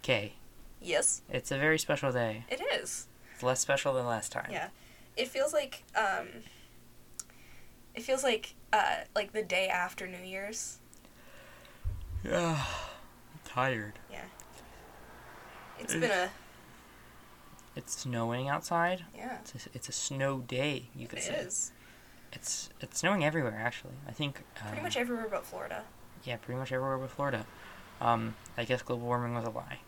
Kay, Yes, it's a very special day. it is. It's less special than last time. Yeah, it feels like um, it feels like uh, like the day after New Year's. Yeah. I'm tired. It's been a It's snowing outside. yeah. It's a, it's a snow day, you could It say. is It's it's snowing everywhere actually. I think um, pretty much everywhere but Florida. yeah, pretty much everywhere but Florida. Um, I guess global warming was a lie.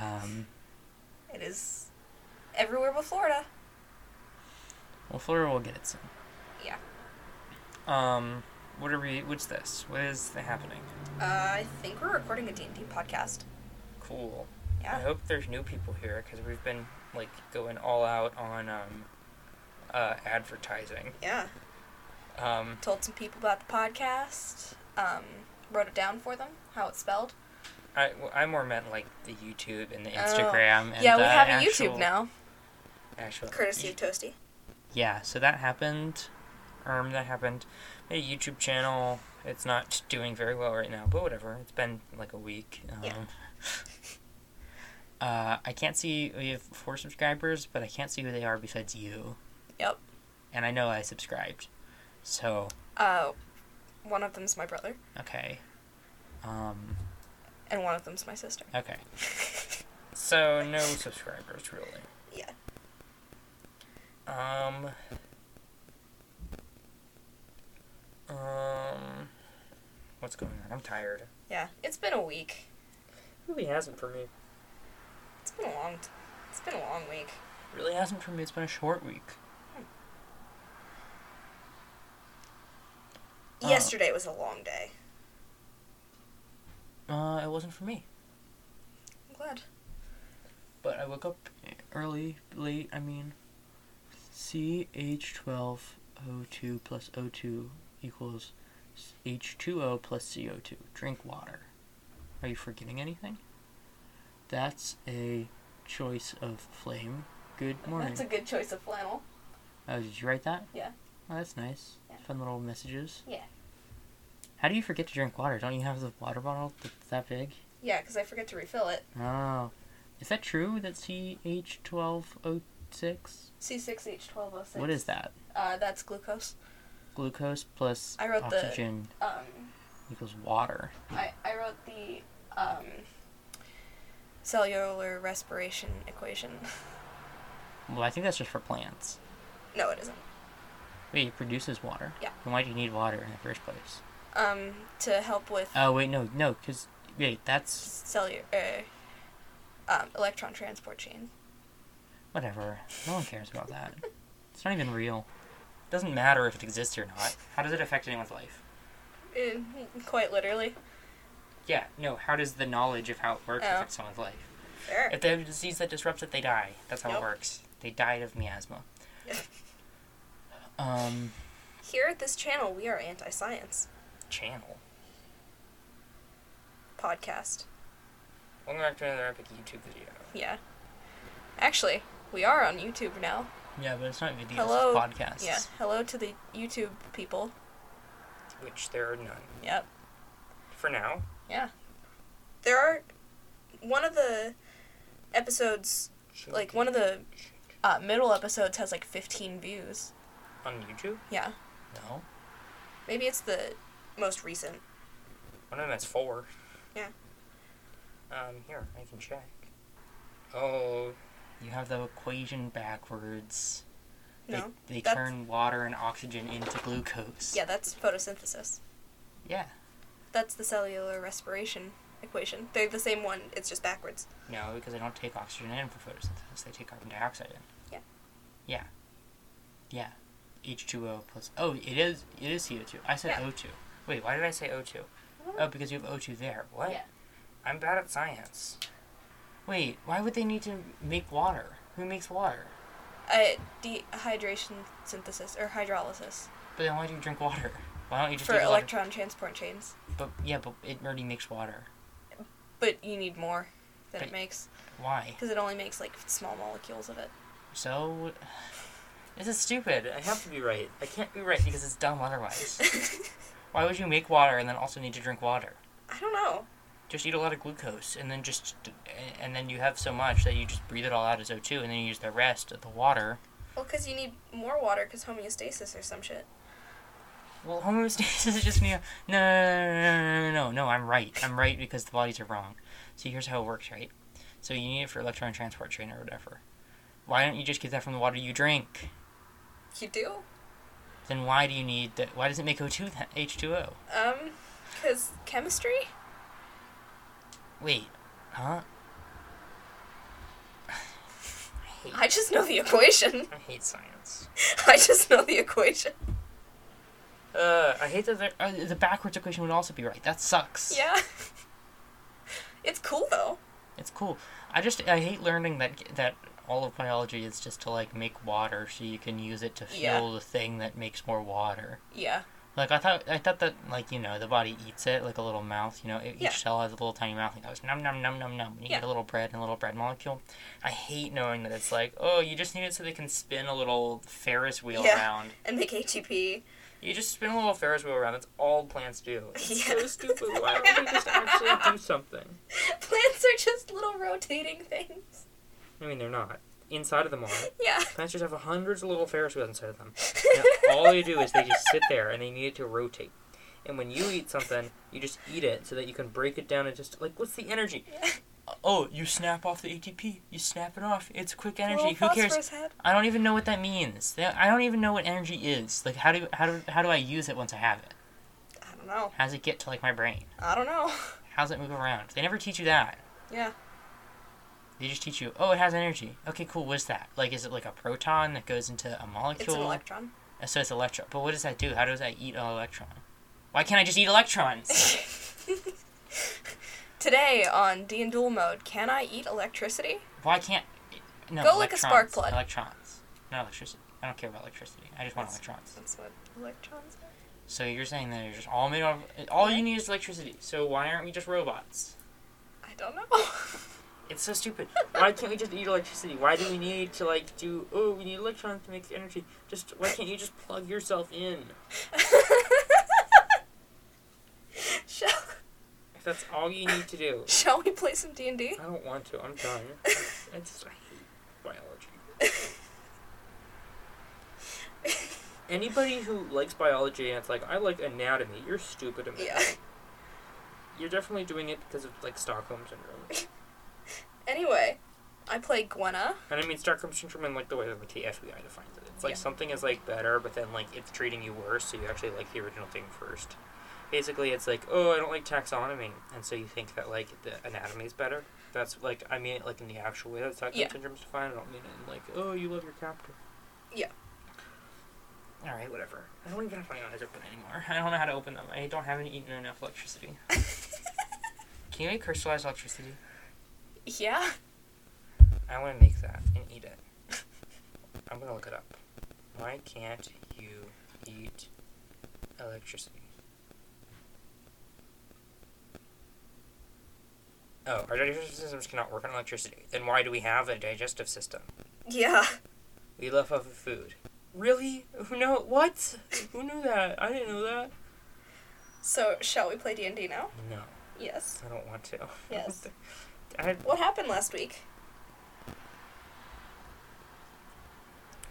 Um, It is everywhere but Florida. well, Florida will get it soon. Yeah. Um, what are we? What's this? What is happening? Uh, I think we're recording a D and D podcast. Cool. I Yeah. hope there's new people here because we've been like going all out on um, uh, advertising. Yeah. Um, Told some people about the podcast. Um, wrote it down for them how it's spelled. I, well, I more meant like the YouTube and the Oh. Instagram. And yeah, we the have a actual- YouTube now, Actual courtesy of Toasty. Yeah, so that happened. Um, that happened. Made a YouTube channel. It's not doing very well right now, but whatever. It's been like a week. Um, Yeah. uh, I can't see. We have four subscribers, but I can't see who they are besides you. Yep. And I know I subscribed. So, Uh, one of them's my brother, okay. Um, and one of them's my sister. okay. So, no subscribers, really. Yeah. Um. Um. What's going on? I'm tired. Yeah. It's been a week. Really hasn't for me. It's been a long. T- it's been a long week. Really hasn't for me. It's been a short week. Oh. Yesterday was a long day. Uh, it wasn't for me. I'm glad. But I woke up early, late. I mean, CH12O2 plus O2 equals H2O plus CO2. Drink water. Are you forgetting anything? That's a choice of flame. Good morning. That's a good choice of flannel. Oh, did you write that? Yeah. Oh, that's nice. Yeah. Fun little messages. Yeah. How do you forget to drink water? Don't you have the water bottle that's that big? Yeah, because I forget to refill it. Oh. Is that true? That CH12O6? C6H1206. What is that? Uh, that's glucose. Glucose plus I wrote the- oxygen Um, equals water. I, I wrote the um, cellular respiration equation. Well, I think that's just for plants. no, it isn't. Wait, it produces water. Yeah. Then why do you need water in the first place? Um, to help with Oh, wait, no, no, because, wait, that's, cellular uh, um, electron transport chain. whatever. No one cares about that. it's not even real. doesn't matter if it exists or not. How does it affect anyone's life? Eh, quite literally. Yeah, no, how does the knowledge of how it works Oh. affect someone's life? Sure. If they have a disease that disrupts it, they die. That's how Yep. it works. They died of miasma. um, Here at this channel, we are anti-science channel. podcast. Welcome back to another epic YouTube video. Yeah. Actually, we are on YouTube now. Yeah, but it's not videos, Hello. it's podcasts. Yeah. Hello to the YouTube people. Which there are none. Yep. For now. There are one of the episodes, like one of the uh, middle episodes, has like 15 views. On YouTube? Yeah. No. Maybe it's the most recent. One of them has four. Yeah. Um, here, I can check. Oh, You have the equation backwards. No. They, they that's- turn water and oxygen into glucose. Yeah, that's photosynthesis. Yeah. That's the cellular respiration equation. They're the same one, it's just backwards. No, because they don't take oxygen in for photosynthesis. They take carbon dioxide in. Yeah. Yeah. Yeah. H2O plus. Oh, it is. It is CO2. I said Yeah. O2. Wait, why did I say O2? Oh, because you have O2 there. What? Yeah. I'm bad at science. Wait, why would they need to make water? Who makes water? Uh, dehydration synthesis or hydrolysis But then why do you drink water? Why don't you just for drink water? electron transport chains. But yeah, but it already makes water. But you need more than it But- makes Why? because it only makes like small molecules of it. So, this is stupid. I have to be right. I can't be right because it's dumb otherwise. why would you make water and then also need to drink water? I don't know. Just eat a lot of glucose, and then just, and then you have so much that you just breathe it all out as O2, and then you use the rest of the water. Well, because you need more water because homeostasis or some shit. Well, homeostasis is just neo. No, no, no, no, no, no, no, no. I'm right. I'm right because the bodies are wrong. So here's how it works, right? So you need it for electron transport chain or whatever. Why don't you just get that from the water you drink? You do? Then why do you need that? Why does it make O2 that H2O? Um, because chemistry? Wait, huh? I hate, I just know the equation. I hate science. I just know the equation. Uh, I hate that there- uh, the backwards equation would also be right. That sucks. Yeah. it's cool though. It's cool. I just I hate learning that that all of biology is just to like make water so you can use it to Yeah. fuel the thing that makes more water. Yeah. Like I thought I thought that like you know the body eats it like a little mouth. You know it, Yeah. each cell has a little tiny mouth and goes num num num num num. And you Yeah. get a little bread and a little bread molecule. I hate knowing that it's like oh you just need it so they can spin a little Ferris wheel Yeah. around. And make ATP. You just spin a little Ferris wheel around. That's all plants do. It's Yeah. so stupid. Why don't they just actually do something? Plants are just little rotating things. I mean, they're not. Inside of them are. Yeah. Plants just have hundreds of little Ferris wheels inside of them. And all they do is they just sit there and they need it to rotate. And when you eat something, you just eat it so that you can break it down and just, like, what's the energy? Oh, you snap off the ATP. You snap it off. It's quick energy. Who Little cares? phosphorus head. I don't even know what that means. That- I don't even know what energy is. Like, how do how do how do I use it once I have it? I don't know. How does it get to like my brain? I don't know. How does it move around? They never teach you that. Yeah. They just teach you, oh, it has energy. Okay, cool. What's that? Like, is it like a proton that goes into a molecule? It's an electron. Uh, So it's electron. But what does that do? How does that eat an electron? Why can't I just eat electrons? Today on D and Dual Mode, can I eat electricity? Why can't? No. Go like a spark electrons, plug. Electrons. Not electricity. I don't care about electricity. I just want That's- electrons. That's what electrons are. So you're saying that you're just all made of. All you need is electricity. So why aren't we just robots? I don't know. It's so stupid. why can't we just eat electricity? Why do we need to like do? Oh, we need electrons to make energy. Just why can't you just plug yourself in? shall, If that's all you need to do. shall we play some D and D? I don't want to. I'm done. I just I hate biology. Anybody who likes biology and it's like I like anatomy, you're stupid. Amanda. Yeah. You're definitely doing it because of like Stockholm syndrome. Anyway, I play Gwenna. And I mean Stockholm syndrome in like the way that like the FBI defines it. It's like Yeah. something is like better, but then like it's treating you worse, so you actually like the original thing first. Basically, it's like oh I don't like taxonomy, and so you think that like the anatomy is better. That's like I mean it like in the actual way that Stockholm Yeah. syndrome is defined. I don't mean it in like oh you love your captor. Yeah. All right, whatever. I don't even have my eyes open anymore. I don't know how to open them. I don't haven't eaten enough electricity. Can you make crystallized electricity? Yeah. I want to make that and eat it. I'm gonna look it up. Why can't you eat electricity? Oh, our digestive systems cannot work on electricity. Then why do we have a digestive system? Yeah. We love off of food. Really? Who know? What? Who knew that? I didn't know that. So shall we play D and D now? No, Yes. I don't want to. Yes. I, What happened last week?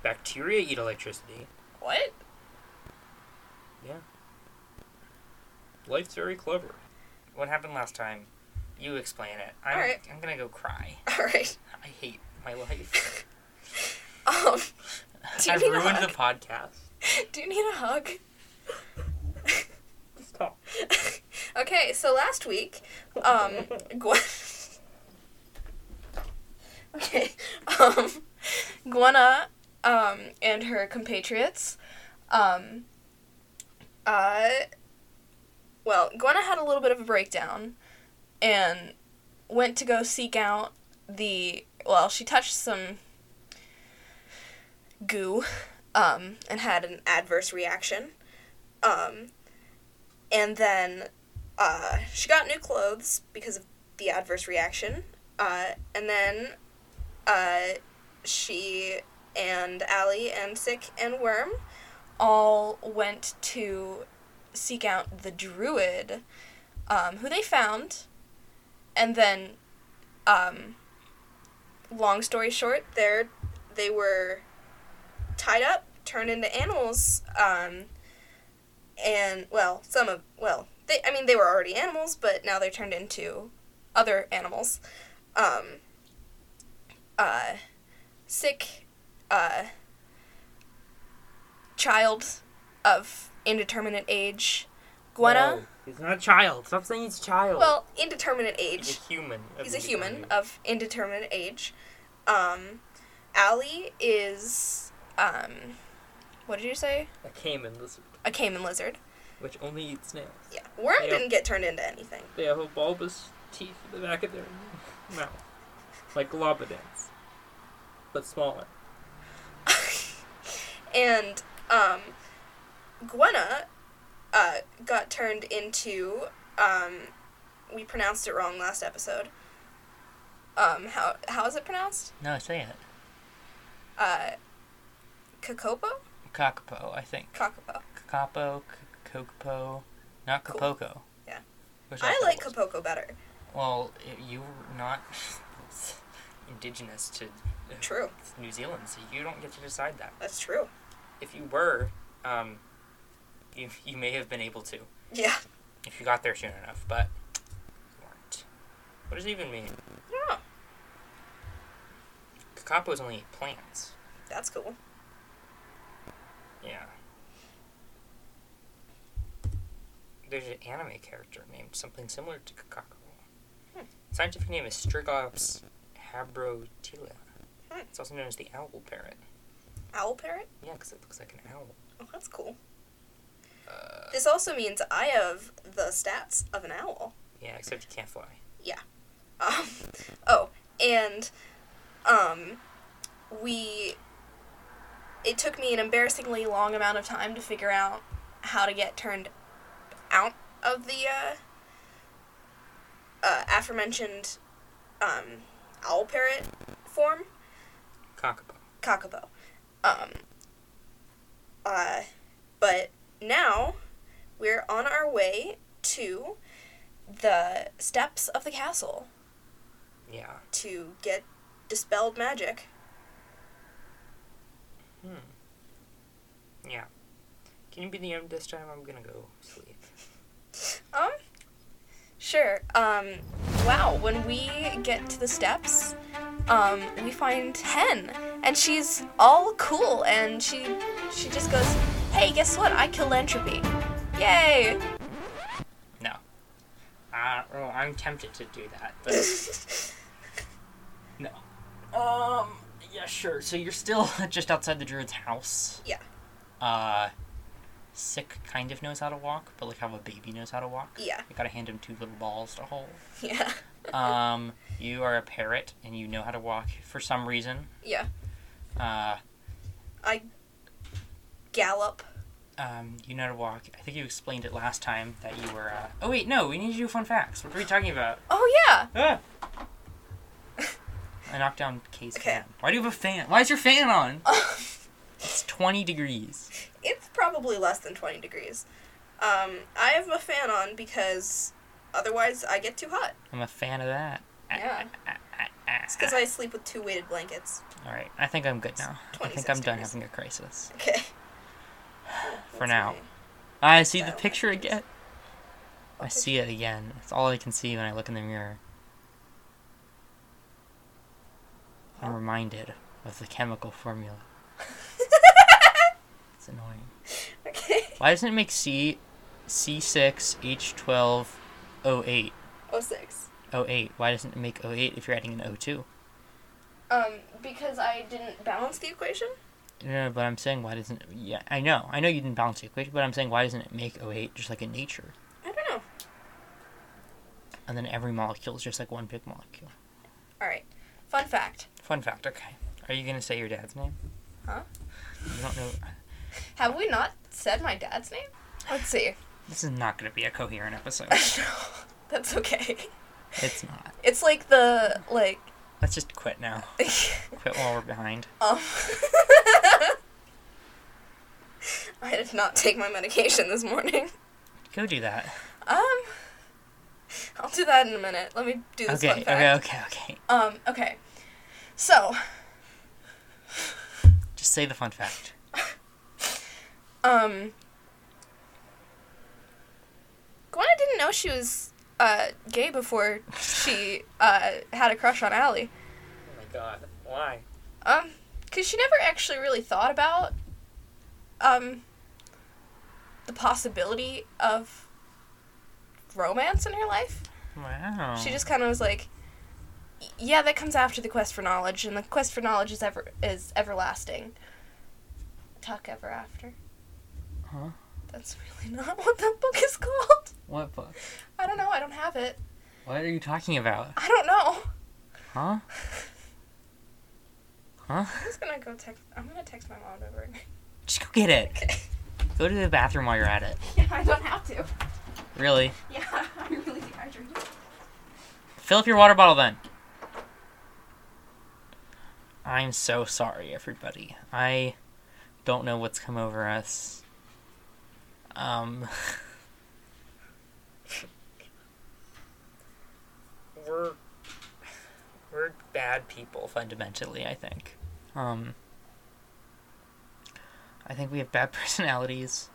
bacteria eat electricity. What? Life's very clever. What happened last time? You explain it. I'm, All right. I'm gonna go cry. All right. I hate my life. Um. Do you I've need a ruined the hug? podcast. Do you need a hug? Stop. okay, so last week, um, Gwen. okay, um, Gwenna, um, and her compatriots, um, uh, well, Gwenna had a little bit of a breakdown and went to go seek out the. Well, she touched some goo, um, and had an adverse reaction. Um, and then uh, she got new clothes because of the adverse reaction. Uh, and then uh, she and Allie and Sick and Worm all went to seek out the druid, um, who they found and then, um, long story short, there they were tied up, turned into animals, um, and well, some of well, they I mean they were already animals, but now they're turned into other animals. Um, uh, sick, uh, child of indeterminate age, Gwenna. Oh, No, he's not a child. Stop saying he's a child. uh? Well, indeterminate age. he's a human. of He's a indeterminate human age. of indeterminate age. Um, Allie is, um, what did you say? a caiman lizard, A caiman lizard. which only eats snails. Yeah. Worm Yep. didn't get turned into anything. They have a bulbous teeth in the back of their mouth, like globidans, but smaller. And, um, Gwenna, uh, got turned into, um, we pronounced it wrong last episode. Um, how, how is it pronounced? No, say it. Uh, Kokopo? Kakapo, I think. Kokopo. Kakapo, Kokopo, not Cool. Kapoko. Yeah. Which I thought like was- Kopoko better. Well, i- you were not indigenous to uh, True. New Zealand, so you don't get to decide that. That's true. If you were, um, you, you may have been able to Yeah. if you got there soon enough, but you weren't. What does it even mean? I don't know. Kakapos only eat plants. That's cool. Yeah. There's an anime character named something similar to Kakapo. Hmm. Scientific name is Strigops habrotila. Hmm. It's also known as the owl parrot. Owl parrot? Yeah, because it looks like an owl. Oh, that's cool. Uh, This also means I have the stats of an owl. yeah, except you can't fly. Um, oh, and um, we. It took me an embarrassingly long amount of time to figure out how to get turned out of the uh, uh, aforementioned um, owl parrot form. Kakapo. Kakabo. Um, uh, but now we're on our way to the steps of the castle Yeah. to get dispelled magic. Hmm. Yeah. Can you be the end this time? I'm gonna go sleep. Um, sure. Um, wow, when we get to the steps, um, we find Hen, and she's all cool, and she she just goes, "Hey, guess what? I killed entropy! Yay!" No. Uh, well, I'm tempted to do that, but no. Um. Yeah, sure. So you're still just outside the druid's house. Yeah. Uh, sick kind of knows how to walk, but like how a baby knows how to walk. yeah, You gotta hand him two little balls to hold. yeah, Um, you are a parrot and you know how to walk for some reason. yeah. Uh, Gallop. um, you know how to walk. I think you explained it last time that you were. Uh... Oh wait, no, we need to do fun facts. What are we talking about? Oh yeah. Ah! I knocked down Kay's Okay. fan. Why do you have a fan? Why is your fan on? it's It's 20 degrees. probably less than 20 degrees. Um, I have a fan on because otherwise I get too hot. I'm a fan of that. Ah, Yeah. It's because I sleep with two weighted blankets. All right, I think I'm good now. I 26 think I'm done degrees. having a crisis. Okay. For That's now. fine. I see the Silent picture crisis. again. I Okay. see it again. That's all I can see when I look in the mirror. I'm Huh? reminded of the chemical formula. It's annoying. okay. Why doesn't it make C C6H12O8? Oh six. 08. Why doesn't it make 08 if you're adding an 02? Um, because I didn't balance the equation. No, no, but I'm saying why doesn't it, yeah, I know. I know you didn't balance the equation, but I'm saying why doesn't it make 08 just like in nature? I don't know. And then every molecule is just like one big molecule. All right. Fun fact. Fun fact, okay. Are you going to say your dad's name? Huh? You don't know. Have we not said my dad's name? Let's see. This is not going to be a coherent episode. That's okay. it's not. It's like the like. Let's just quit now. Quit while we're behind. Um, I did not take my medication this morning. Go do that. Um, I'll do that in a minute. Let me do this Okay, fun okay, fact. okay, okay. Um, okay. So, Just say the fun fact. um, Gwen didn't know she was uh, gay before she uh, had a crush on Allie. Oh my god. Why? Um, because she never actually really thought about, um, the possibility of romance in her life. Wow. Oh. She just kind of was like, yeah, that comes after the quest for knowledge, and the quest for knowledge is ever is everlasting. Talk ever after. Huh? That's really not what that book is called. What book? I don't know. I don't have it. What are you talking about? I don't know. Huh? Huh? I'm just gonna go text. I'm gonna text my mom over. Just go get it. Okay. Go to the bathroom while you're at it. Yeah, I don't have to. Really. Yeah, I'm really dehydrated. Fill up your water bottle then. I'm so sorry, everybody. I don't know what's come over us. Um, We're we're bad people. people fundamentally, I think. Um, I think we have bad personalities.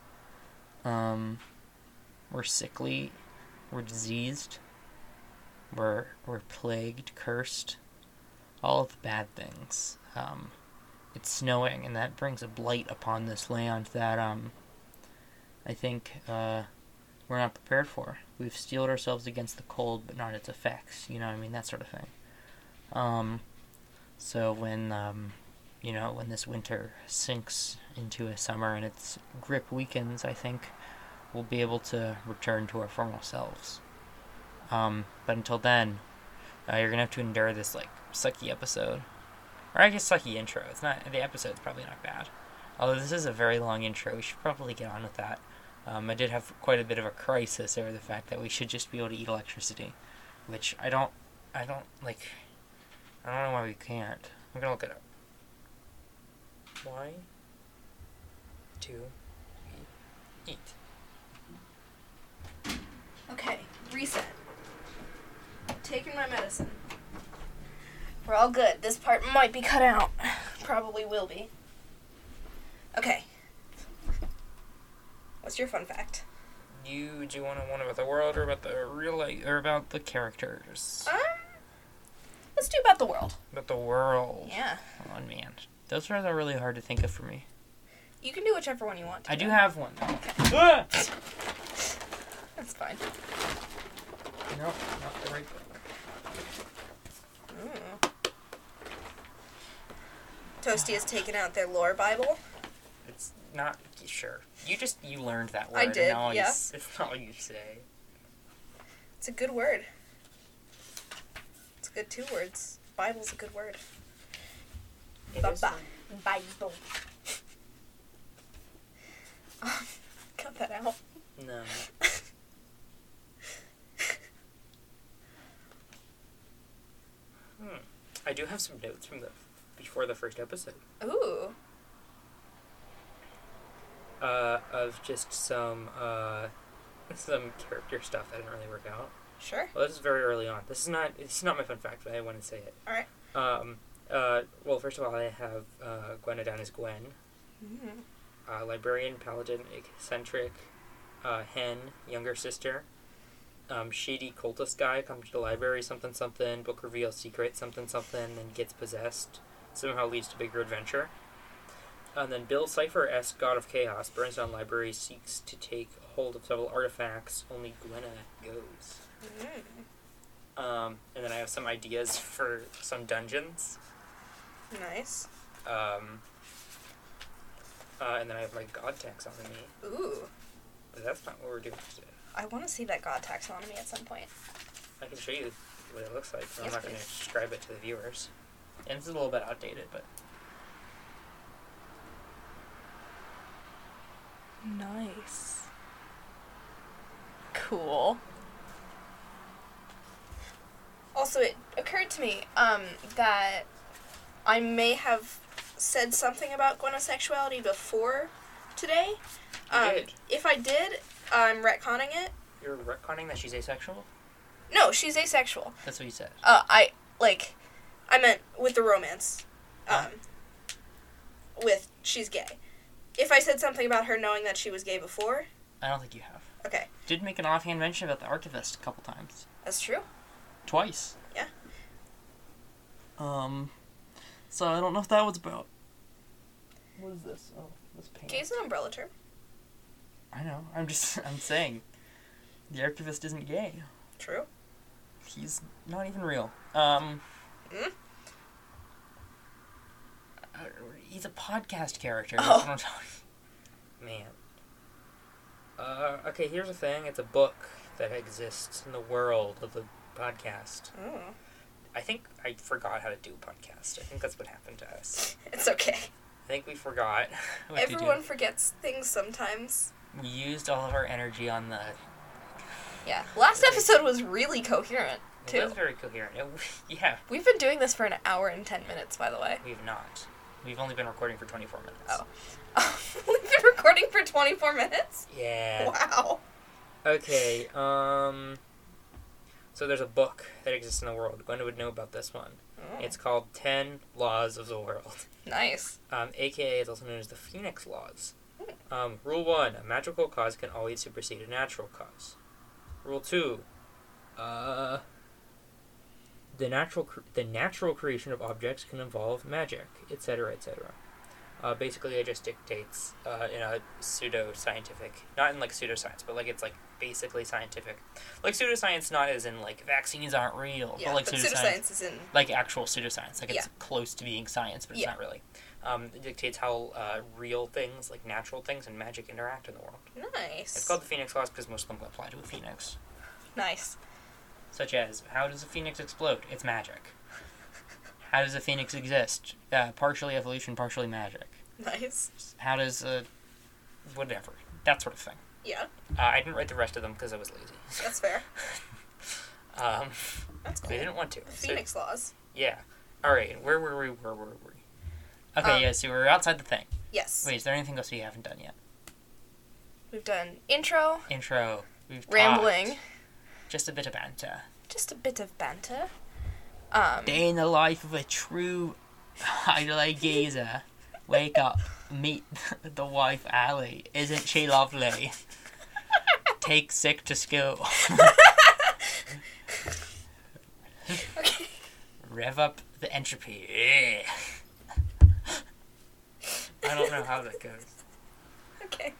Um, we're sickly. We're diseased. We're we're plagued, cursed. All of the bad things. Um, it's snowing, and that brings a blight upon this land that um, I think uh, we're not prepared for. We've steeled ourselves against the cold, but not its effects. You know, what I mean that sort of thing. Um, so when um, you know when this winter sinks into a summer and its grip weakens, I think we'll be able to return to our former selves. Um, but until then, uh, you're gonna have to endure this like sucky episode, or I guess sucky intro. It's not the episode's probably not bad, although this is a very long intro. We should probably get on with that. Um, I did have quite a bit of a crisis over the fact that we should just be able to eat electricity, which I don't, I don't like. I don't know why we can't. I'm gonna look it up. Why do we eat? Okay, reset. Taking my medicine. We're all good. This part might be cut out. Probably will be. Okay. What's your fun fact? You do you want to one about the world or about the real life or about the characters? Um, let's do about the world. About the world. Yeah. Oh man, those are really hard to think of for me. You can do whichever one you want. To I do have one. though. Ah! That's fine. No, not the right book. Mm. Toasty has taken out their lore Bible. It's not sure. You just you learned that word. I did, And now yeah. It's, it's all you say. It's a good word. It's a good two words. Bible's a good word. It is Bye-bye. Bible. Um, Cut that fun. out. No. hmm. I do have some notes from the before the first episode. Ooh. Uh, of just some uh, some character stuff that didn't really work out. Sure. Well, this is very early on. This is not. This is not my fun fact, but I want to say it. All right. Um. Uh. Well, first of all, I have uh, Gwen down as Gwen, Mm. uh, librarian, paladin, eccentric, uh, hen, younger sister, um, shady cultist guy comes to the library, something something, book reveals secret, something something, then gets possessed. Somehow leads to bigger adventure. And then Bill Cipher S, God of Chaos, burns down library, seeks to take hold of several artifacts. Only Gwenna goes. Mm. Um, and then I have some ideas for some dungeons. Nice. Um, uh, and then I have my god tax on me, Ooh. but that's not what we're doing today. I want to see that god taxonomy at some point. I can show you what it looks like, but I'm Yes, not going to please. describe it to the viewers. And this is a little bit outdated, but Nice. Cool. Also, it occurred to me um, that I may have said something about gwenosexuality before today. You Um, did. If I did, I'm retconning it. you're retconning that she's asexual? No, she's asexual. That's what you said. Uh, I like, I meant with the romance. Um, with she's gay. If I said something about her knowing that she was gay before, I don't think you have. okay, Did make an offhand mention about the archivist a couple times. that's true. Twice. Yeah. Um, so I don't know if that was about. What is this? Oh, this paint. Gay's an umbrella term. I know. I'm just. I'm saying, the archivist isn't gay. True. He's not even real. Um. Hmm? uh, He's a podcast character. Oh. I don't know. Man. Uh, okay, here's a thing. It's a book that exists in the world of the podcast. Oh, I think I forgot how to do a podcast. I think that's what happened to us. it's okay. I think we forgot what Everyone to forgets things sometimes. do. We used all of our energy on the. Yeah. Last episode was really coherent It too. was very coherent. It- yeah, We've been doing this for an hour and ten minutes, by the way. we've not. We've only been recording for 24 minutes. Oh. We've been recording for twenty four minutes. Yeah. Wow. Okay, um. So there's a book that exists in the world. Gwen would know about this one. Oh, It's called 10 Laws of the World. nice. um, aka is also known as the Phoenix Laws. Um, rule one: A magical cause can always supersede a natural cause. Rule two: uh, The natural cr- the natural creation of objects can involve magic, etc., etc. Uh, basically, it just dictates uh, in a pseudo scientific, not in like pseudoscience, but like it's like basically scientific, like pseudoscience, not as in like vaccines aren't real, Yeah, but like but pseudoscience pseudoscience is in Like actual pseudoscience. Like it's Yeah. close to being science, but it's Yeah. not really. um, it dictates how uh, real things, like natural things and magic, interact in the world. nice. It's called the Phoenix Laws because most of them apply to a phoenix, nice. such as how does a phoenix explode? It's magic. How does a phoenix exist? Uh, partially evolution, partially magic. Nice. How does uh, whatever that sort of thing. Yeah, Uh, I didn't write the rest of them because I was lazy. that's fair. Um, That's I cool. didn't want to. so- Phoenix laws. yeah. All right. Where were we? Where were we? Okay. Um, yeah. So we're outside the thing. Yes. Wait, is there anything else we haven't done yet? We've done intro, Intro. We've rambling, talked. Just a bit of banter. just a bit of banter. Um, Day in the life of a true highlight gazer. Wake up, meet the wife Ally. Isn't she lovely? Take sick to school. okay. Rev up the entropy. Yeah. I don't know how that goes. okay.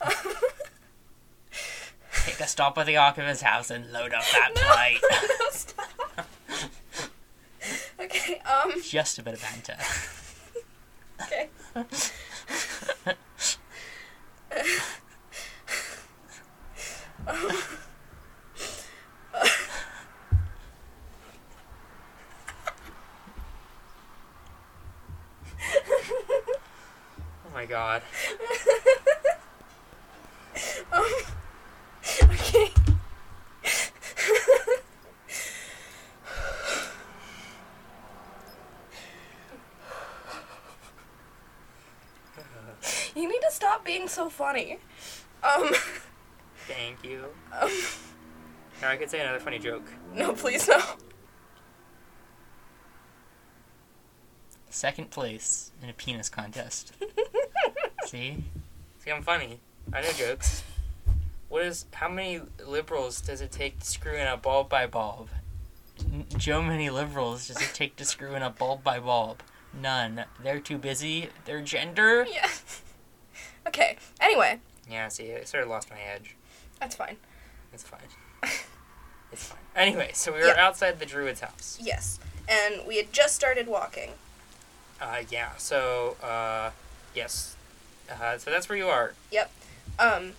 Um, Take a stop at the archivist's house and load up that no, plate. no, stop. okay. Um. Just a bit of banter. Okay. Oh my god. um, okay. you need to stop being so funny. Um, Thank you. um Now I could say another funny joke. no, please no. Second place in a penis contest. See? See, I'm funny. I know jokes. What is? How many liberals does it take to screw in a bulb by bulb? N- Joe many liberals does it take to screw in a bulb by bulb? None. They're too busy. Their gender. yeah. Okay. Anyway, Yeah, see, I sort of lost my edge. that's fine. It's fine. it's fine. Anyway, so we were Yeah. outside the druid's house. Yes. And we had just started walking. Uh, yeah. So, uh, yes. Uh, so that's where you are. Um,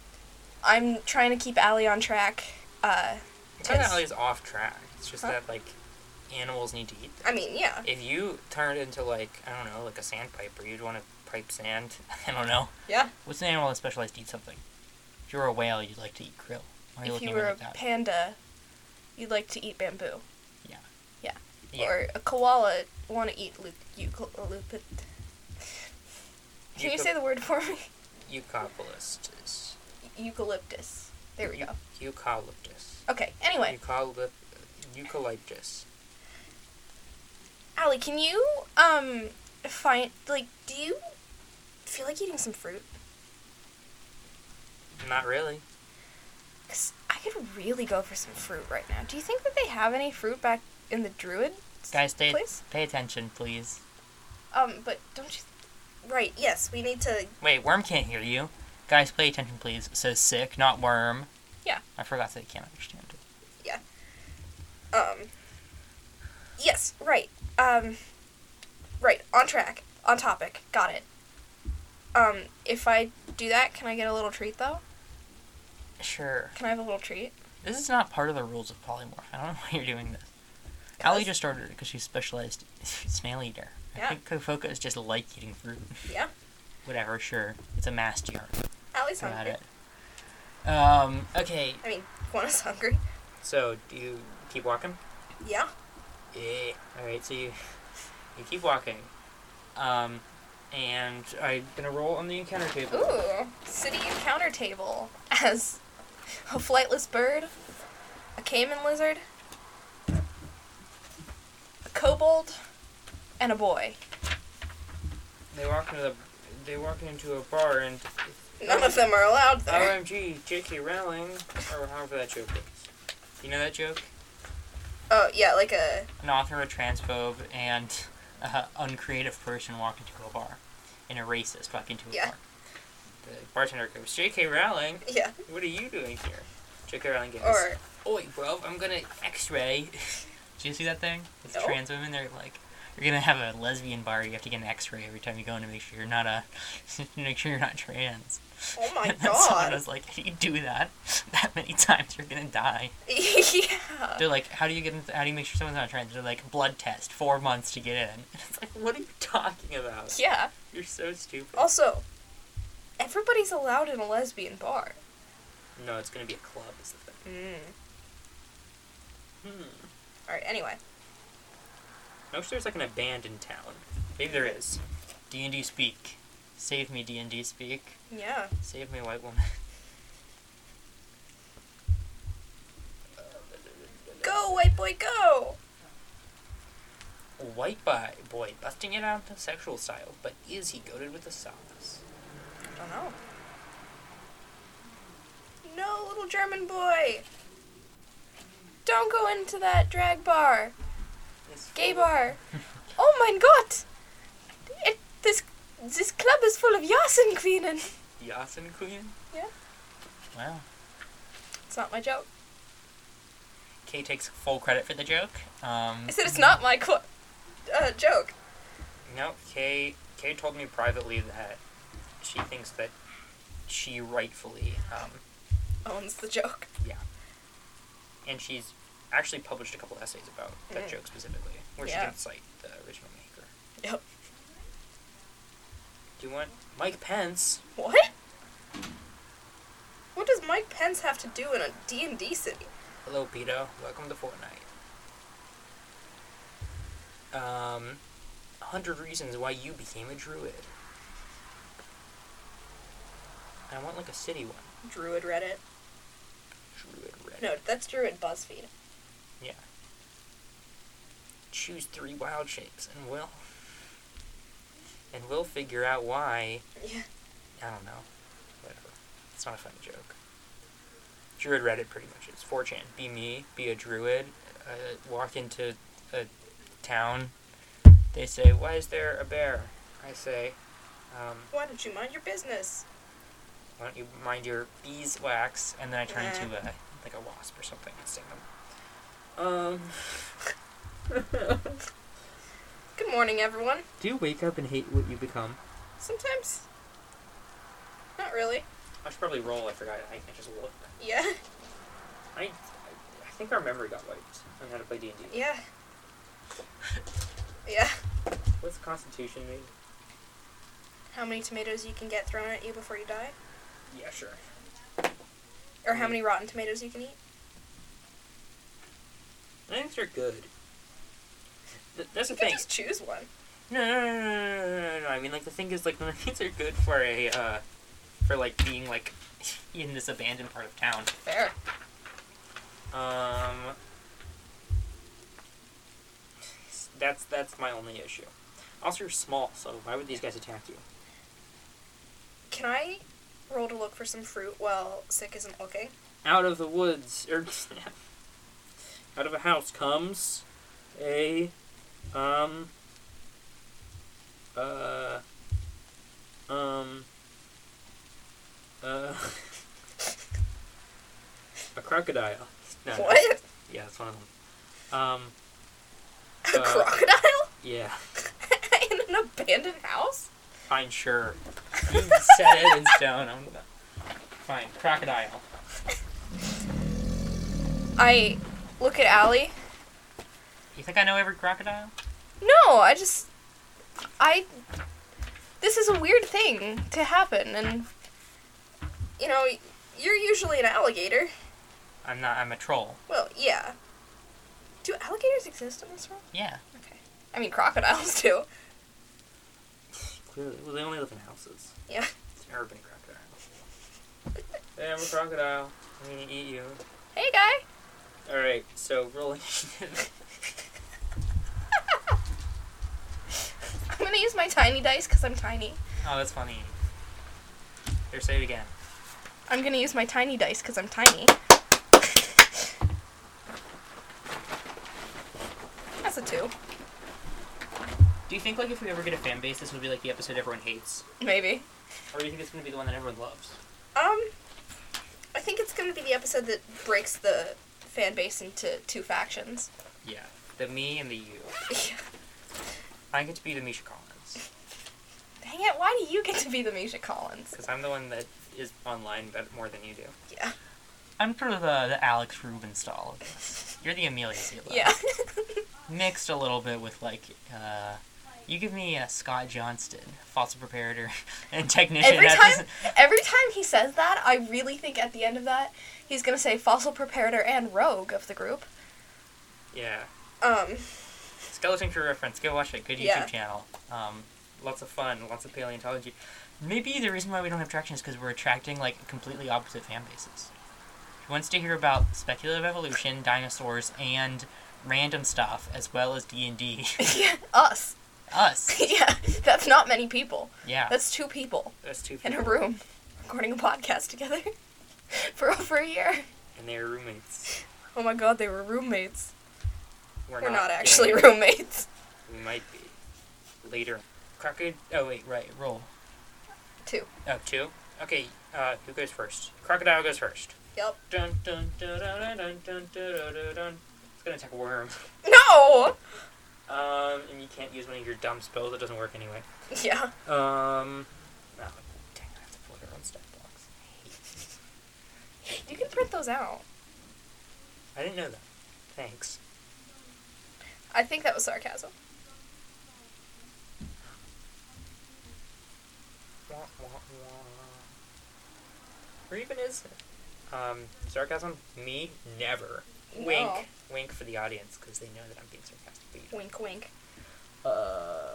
I'm trying to keep Allie on track. Uh, Turn Yes. alley is off track. It's just Huh? that like animals need to eat. I mean, yeah. If you turned into like I don't know, like a sandpiper, you'd want to pipe sand. I don't know. Yeah. What's an animal that specialized to eat something? If you were a whale, you'd like to eat krill. Why are you if looking you at me were a like that? panda, you'd like to eat bamboo. Yeah. Yeah. Yeah. Or a koala want to eat lu- eucalyptus. Can you Euca- say the word for me? Eucalyptus. Eucalyptus. There we go. Eucalyptus. Okay. Anyway, Eucalyptus. Eucalyptus. Allie, can you um find like do you feel like eating some fruit? Not really. Cause I could really go for some fruit right now. Do you think that they have any fruit back in the druid? Guys, stay, Please? pay attention, please. Um, but don't you? Right. Yes, we need to. Wait, Worm can't hear you. Guys, pay attention, please. It says sick, not Worm. Yeah. I forgot that he can't understand it. Um. Yes. Right. Um. Right. On track. On topic. Got it. Um. If I do that, can I get a little treat though? Sure. Can I have a little treat? This is not part of the rules of polymorph. I don't know why you're doing this. Allie just ordered it because she's specialized snail eater. Yeah. I think Kofoka is just like eating fruit. Yeah. Whatever, sure. It's a mastery Allie's about hungry. it. Um, okay. I mean, Juana's hungry. So do you keep walking? Yeah. Yeah. All right. So you you keep walking. Um, and I'm gonna roll on the encounter table. Ooh, city encounter table as a flightless bird, a caiman lizard, a kobold, and a boy. They walk into the they walk into a bar and None of them are allowed there. OMG, J.K. Rowling, or however that joke is. You know that joke? Oh yeah, like a An author, a transphobe, and a uncreative person walk into a bar. And a racist walk into a Yeah. bar. The bartender goes, J.K. Rowling, yeah, what are you doing here? J.K. Rowling goes, or Oi, bro, I'm gonna X-ray. Do you see that thing? It's No. trans women. They're like, you're gonna have a lesbian bar. You have to get an X-ray every time you go in to make sure you're not a, to make sure you're not trans. oh my And then Someone god, was like, if you do that that many times, you're gonna die. yeah, They're like, how do you get? In, how do you make sure someone's not trans? They're like, blood test, four months to get in. It's like, what are you talking about? yeah. You're so stupid. Also, everybody's allowed in a lesbian bar. no, it's gonna be a club, is the thing. Mm. Hmm. All right. Anyway, I wish there was like an abandoned town. Maybe there is. D and D speak, save me, D and D speak, yeah. save me, white woman. Go, white boy, go. White bi- boy busting it out the sexual style, but is he goaded with the sauce? I don't know. No, little German boy. Don't go into that drag bar, It's gay full of- bar. oh mein Gott! It, this this club is full of Jassenquinen. Yasin Queen? Wow. It's not my joke. Kay takes full credit for the joke. Um, I said it's not my qu- uh, joke. No, Kay. Kay told me privately that she thinks that she rightfully, um, Owns the joke. and she's actually published a couple essays about that Mm. joke specifically, where she Yeah. can cite the original maker. Yep. Do you want Mike Pence? What? What does Mike Pence have to do in a D&D city? Hello, Peter. Welcome to Fortnite. Um, hundred reasons why you became a druid. I want like a city one. Druid Reddit. Druid red. No, that's Druid BuzzFeed. choose three wild shapes and we'll and we'll figure out why Yeah. I don't know. Whatever. It's not a funny joke. Druid Reddit pretty much is. 4chan. Be me, be a druid, uh, walk into a town. They say, Why is there a bear? I say, um, Why don't you mind your business? Why don't you mind your beeswax? And then I turn into a, like a wasp or something and sting them. Um, Good morning, everyone. do you wake up and hate what you become? Sometimes. Not really. I should probably roll. I forgot. I, I just looked. Yeah. I, I think our memory got wiped on how to play D and D. Yeah. Yeah. What's Constitution mean? How many tomatoes you can get thrown at you before you die? Yeah, sure. Or how many rotten tomatoes you can eat? I think they're good. Th- that's the You can thing. just choose one. No, no, no, no, no, no, no, no, no. I mean, like the thing is, like the things are good for a uh, for like being like in this abandoned part of town. Fair. Um, that's that's my only issue. Also, you're small, so why would these guys attack you? Can I roll to look for some fruit while Sick isn't looking? Out of the woods, or out of a house comes a um uh um uh a crocodile. No, no. what? Yeah, it's one of them. Um, A uh, crocodile? yeah, In an abandoned house? fine, sure. You set it in stone. I'm gonna... Fine, crocodile. I look at Allie. You think I know every crocodile? No, I just. I. This is a weird thing to happen, and. You know, you're usually an alligator. I'm not. I'm a troll. Well, yeah. Do alligators exist in this world? Yeah. Okay. I mean, crocodiles do. Clearly, well, they only live in houses. Yeah. It's an urban crocodile. hey, I'm a crocodile. I'm gonna eat you. Hey, guy! All right. So rolling. I'm gonna use my tiny dice because I'm tiny. oh, that's funny. Here, say it again. I'm gonna use my tiny dice because I'm tiny. That's a two, Do you think like if we ever get a fan base, this would be like the episode everyone hates, maybe. or do you think it's gonna be the one that everyone loves? Um, I think it's gonna be the episode that breaks the fan base into two factions. Yeah. The me and the you. I get to be the Misha Collins Dang it! Why do you get to be the Misha Collins? because I'm the one that is online bet- more than you do. Yeah. I'm sort of the, the Alex Rubenstahl. You're the Amelia Sealer. Yeah. Mixed a little bit with like, uh, you give me a Scott Johnston, fossil preparator and technician. every at time, this- every time he says that, I really think at the end of that he's gonna say fossil preparator and rogue of the group. Yeah. Um, Skeleton Crew reference. Go watch it. Good YouTube Yeah. channel. Um, lots of fun. Lots of paleontology. Maybe the reason why we don't have traction is because we're attracting like completely opposite fan bases. Who wants to hear about speculative evolution, dinosaurs, and random stuff, as well as D and D? yeah, us. Us. yeah, that's not many people. Yeah. That's two people That's two in a room recording a podcast together for over a year. and they're roommates. Oh my god, they were roommates. We're, We're not yeah, actually roommates. We might be later. Crocodile. Oh wait, right. Roll. Two. Oh, two. Okay. Uh, who goes first? Crocodile goes first. Yep. Dun dun dun dun dun dun dun dun dun dun. It's gonna attack a worm. No! Um, and you can't use one of your dumb spells. It doesn't work anyway. Yeah. Um, no, dang, I have to pull her own stat blocks. You can print those out. I didn't know that. Thanks. I think that was sarcasm. Wah, wah, wah. Or even is it? Um, sarcasm? Me? Never. Wink. No. Wink for the audience because they know that I'm being sarcastic. But you don't. Wink, wink. Uh,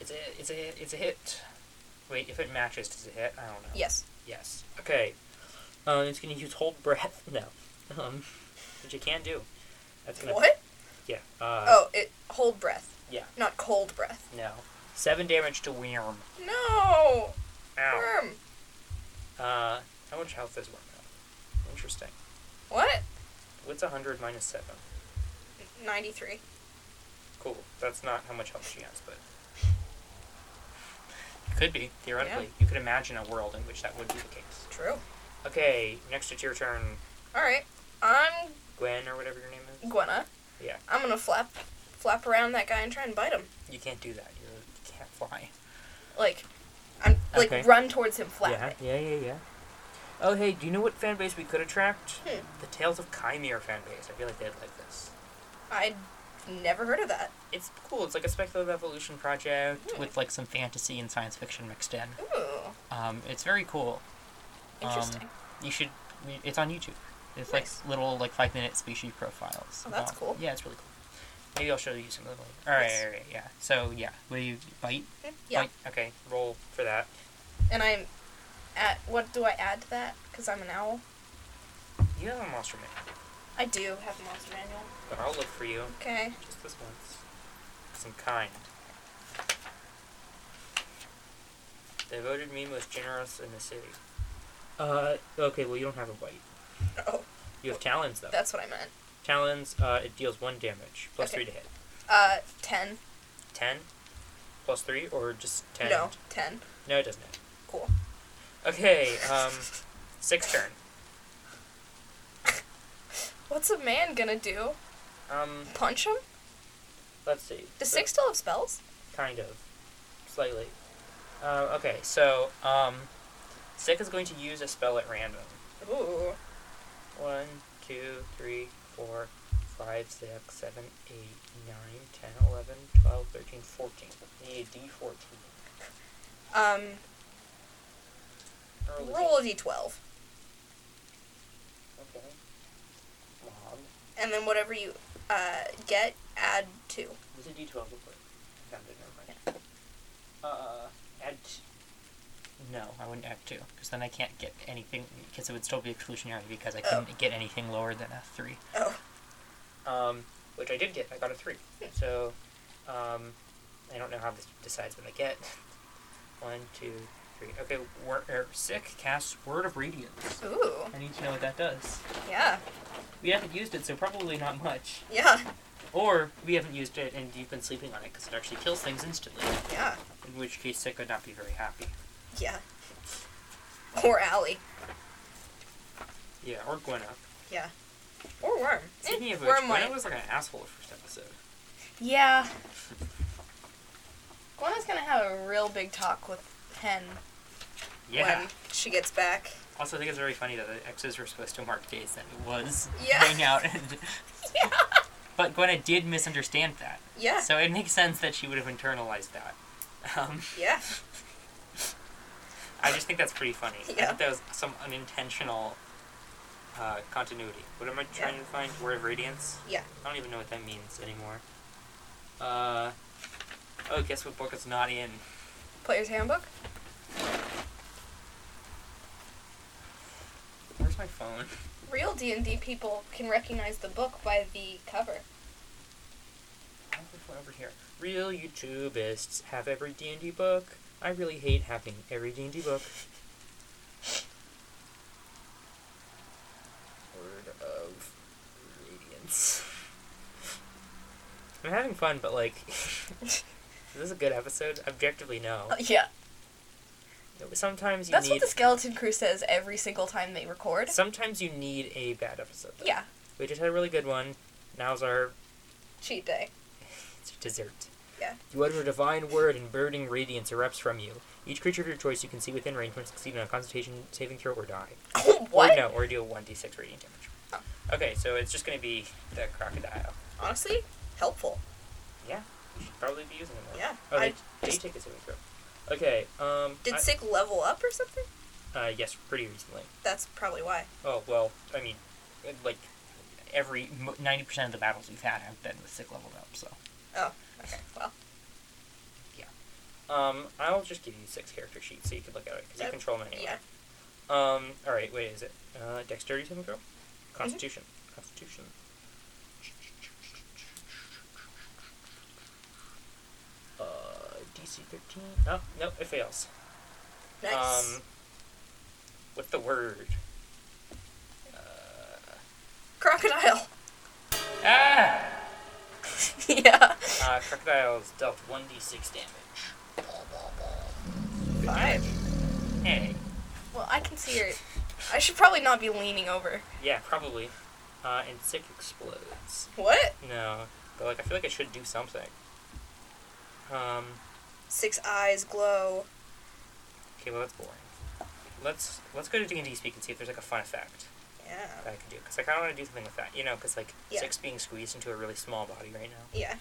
it's a it's a it's a hit. Wait, if it matches, does it hit? I don't know. Yes. Yes. Okay. Um, it's gonna use hold breath. No. Um, which you can't do. That's gonna. What? Yeah. Uh, Oh, it hold breath. Yeah. Not cold breath. No. Seven damage to Worm. No! Ow. Worm! Uh, how much health is Worm at? Interesting. What? What's hundred minus seven? 93. Cool. That's not how much health she has, but. Could be theoretically. You could imagine a world in which that would be the case. True. Okay, next it's your turn, Alright. I'm Gwen or whatever your name is. Gwenna. Yeah. I'm gonna flap flap around that guy and try and bite him. You can't do that. You're, you can't fly. Like, I'm like Okay. run towards him flat. yeah, yeah, yeah. Oh, hey, do you know what fan base we could attract? Hmm. The Tales of Chimere fan base. I feel like they'd like this. I'd never heard of that. It's cool. It's like a speculative evolution project Hmm. with like some fantasy and science fiction mixed in. Ooh, Um, it's very cool. Um, interesting. You should. It's on YouTube. It's Nice. like little like five minute species profiles. Oh, that's about- cool. Yeah, it's really cool. Maybe I'll show you some of them later. All right, Yes. all right, yeah. So yeah, will you bite? Hmm. yeah. Like, okay, roll for that. And I'm add, what do I add to that? Because I'm an owl. You have a monster manual, I do have a monster manual. but I'll look for you Okay. just this once. Some kind. They voted me most generous in the city. Uh, okay, well, you don't have a bite. Oh, You have talons, though. that's what I meant. Talons, uh, it deals one damage, plus Okay. three to hit. Uh, ten. Ten? Plus three, or just ten? No, ten. No, it doesn't. hit. Cool. Okay, um, six turn. What's a man gonna do? Um, Punch him? let's see. Uh, Does six still have spells? Kind of. Slightly. Uh, okay, so, um, Sick is going to use a spell at random. Ooh. One, two, three, four, five, six, seven, eight, nine, ten, eleven, twelve, thirteen, fourteen. We Need a D fourteen. Um, Or was it- roll a d12, Okay. Log. and then whatever you uh get, add two. Was it D twelve real quick? Found it, never mind. Uh, add. T- no, I wouldn't add two because then I can't get anything because it would still be exclusionary because I Oh. couldn't get anything lower than a three. Oh. Um, which I did get. I got a three. So, um, I don't know how this decides what I get. One, two, three. Okay, wor- er, sick casts word of radiance. Ooh. I need to know what that does. Yeah. We haven't used it, so probably not much. Yeah. Or we haven't used it and you've been sleeping on it because it actually kills things instantly. Yeah. In which case, Sick would not be very happy. Yeah. Or Allie. Yeah, or Gwenna. Yeah. Eh, Or Worm. Eh, Speaking of which, worm Gwenna might- was like an asshole the first episode. Yeah. Gwenna's gonna have a real big talk with Hen Yeah. when she gets back. Also, I think it's very funny that the X's were supposed to mark days that it was Yeah. going out. And... Yeah. But Gwenna did misunderstand that. Yeah. So it makes sense that she would have internalized that. Um, Yeah. I just think that's pretty funny. I Yeah. think that was some unintentional uh, continuity. What am I trying to find? Word of Radiance? Yeah. I don't even know what that means anymore. Uh, oh, guess what book it's not in? Player's handbook? Where's my phone? Real D and D people can recognize the book by the cover. I have one over here. Real YouTubists have every D and D book. I really hate having every D and D book. Word of radiance. I'm having fun, but like, is this a good episode? Objectively, no. Oh, yeah. Sometimes you That's need. what the skeleton crew says every single time they record. Sometimes you need a bad episode. though. Yeah. We just had a really good one. Now's our Cheat day. It's a dessert. Yeah. You utter a divine word and burning radiance erupts from you. Each creature of your choice you can see within range must succeed on a constitution saving throw or die. what? Oh. Or no, or deal 1d6 radiant damage. Okay, so it's just going to be the crocodile. Honestly, helpful. Yeah, you should probably be using it more. Yeah. Oh, they, I they just- take a saving throw. Okay, um. did I- Sick level up or something? uh, yes, pretty recently. That's probably why. Oh, well, I mean, like, every mo- 90% of the battles we've had have been with sick leveled up, so. Oh, okay. Well, Um, I'll just give you six character sheets so you can look at it, because you Yep. control them anyway. yeah. Um. All right. Wait. Is it uh, dexterity saving throw? Mm-hmm. Constitution. Constitution. Uh, DC thirteen. Oh no, it fails. Nice. Um. What's the word? Uh, Crocodile. ah. yeah. Uh, crocodiles dealt one d six damage. Good Five. damage. Hey. Well, I can see her. I should probably not be leaning over. Yeah, probably. Uh, and sick explodes. What? No, but like I feel like I should do something. Um. Six eyes glow. Okay, well that's boring. Let's let's go to D and D speak and see if there's like a fun effect that Yeah. I can do because I kind of want to do something with that, you know, because like Yeah. six being squeezed into a really small body right now. Yeah.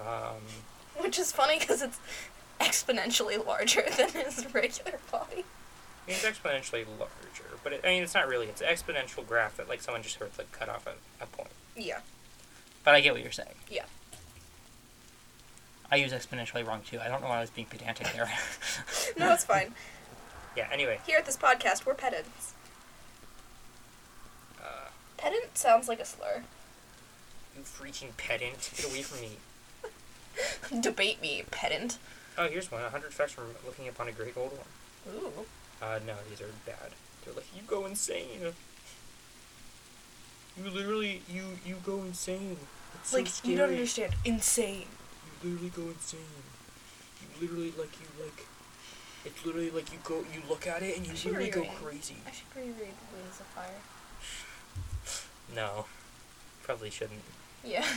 Um. Which is funny because it's exponentially larger than his regular body. I mean, it's exponentially larger, but it, I mean, it's not really. It's an exponential graph that like someone just sort of like cut off a, a point. Yeah. But I get what you're saying. Yeah. I use exponentially wrong too. I don't know why I was being pedantic there. No, it's fine. Yeah. Anyway, Here at this podcast, we're pedants. uh, Pedant sounds like a slur. you freaking pedant, get away from me. Debate me, pedant. Oh, here's one. 100 facts from looking upon a great old one. Ooh. Uh, no, these are bad. They're like, you go insane. You literally, you you go insane. It's so like, scary. you don't understand. Insane. You literally go insane. You literally like you like. It's literally like you go, you look at it and you I should literally go reread. crazy. I should reread The Wings of Fire. No, probably shouldn't. Yeah.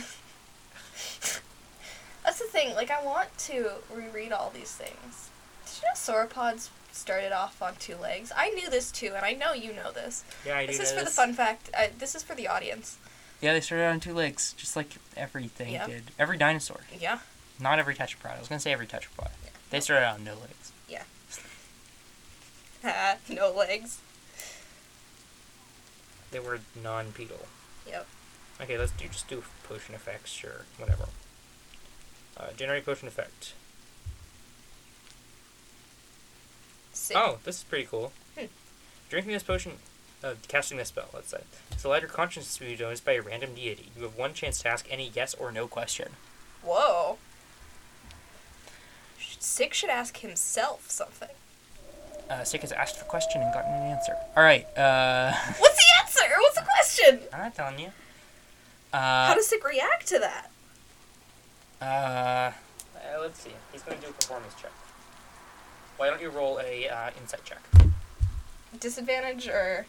That's the thing. Like, I want to reread all these things. Did you know sauropods started off on two legs? I knew this too, and I know you know this. Yeah, I do this know is for the fun fact. Uh, this is for the audience. Yeah, they started on two legs, just like everything Yeah. did. Every dinosaur. Yeah. Not every tetrapod. I was gonna say every tetrapod. They started on no legs. Ah, no legs. They were non-pedal. Yep. Okay, let's do just do potion effects, sure, whatever. Uh, generate potion effect. Sick. Oh, this is pretty cool. Hmm. Drinking this potion, uh, casting this spell, let's say, is allowed your conscience to be noticed by a random deity. You have one chance to ask any yes or no question. Whoa. Sh- Sick should ask himself something. Uh, Sick has asked a question and gotten an answer. All right. Uh, What's the answer? What's the question? I'm not telling you. How uh, does Sick react to that? uh, Uh, let's see. He's going to do a performance check. Why don't you roll a uh, insight check? Disadvantage or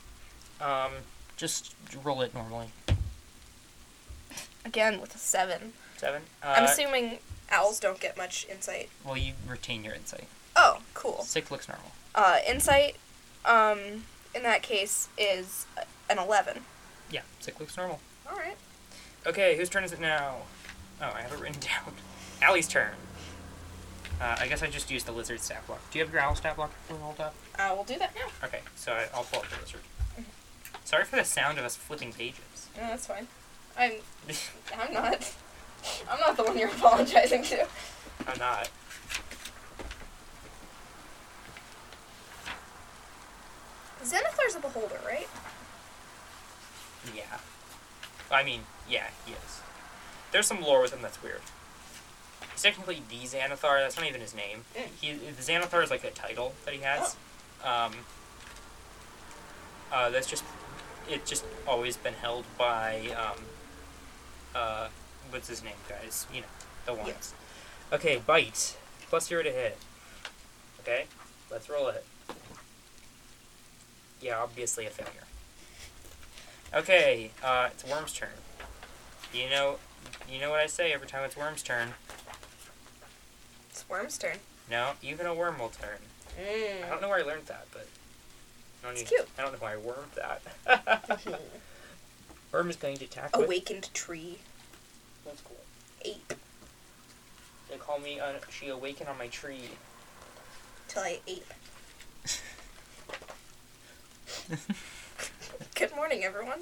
Um, just roll it normally. again with a seven? seven. Uh, I'm assuming owls don't get much insight. Well, you retain your insight. Oh, cool. Sick looks normal. Uh, insight, um, in that case is uh, an eleven. Yeah, sick looks normal. All right. Okay, whose turn is it now? Oh, I have it written down. Allie's turn. Uh, I guess I just used the lizard stat block. Do you have your owl stat block rolled up? I will do that now. Okay, so I, I'll pull up the lizard. Sorry for the sound of us flipping pages. No, that's fine. I'm. I'm not. I'm not the one you're apologizing to. I'm not. Xenothar's a beholder, right? Yeah. I mean, yeah, he is. There's some lore with him that's weird. He's technically the Xanathar. That's not even his name. Mm. He the Xanathar is like a title that he has. Um, uh, that's just it's just always been held by um, uh, what's his name, guys? You know, the ones. Okay, bite plus zero to hit. Okay, let's roll it. Yeah, obviously a failure. Okay, uh, it's Worm's turn. You know, you know what I say every time it's Worm's turn. It's Worm's turn. No, even a worm will turn. Mm. I don't know where I learned that, but I don't, It's need- cute. I don't know why I wormed that. worm is going to attack. with- Hmm. Awakened tree. That's cool. Ape. They call me. Uh, she awakened on my tree. Till I ape. Good morning, everyone.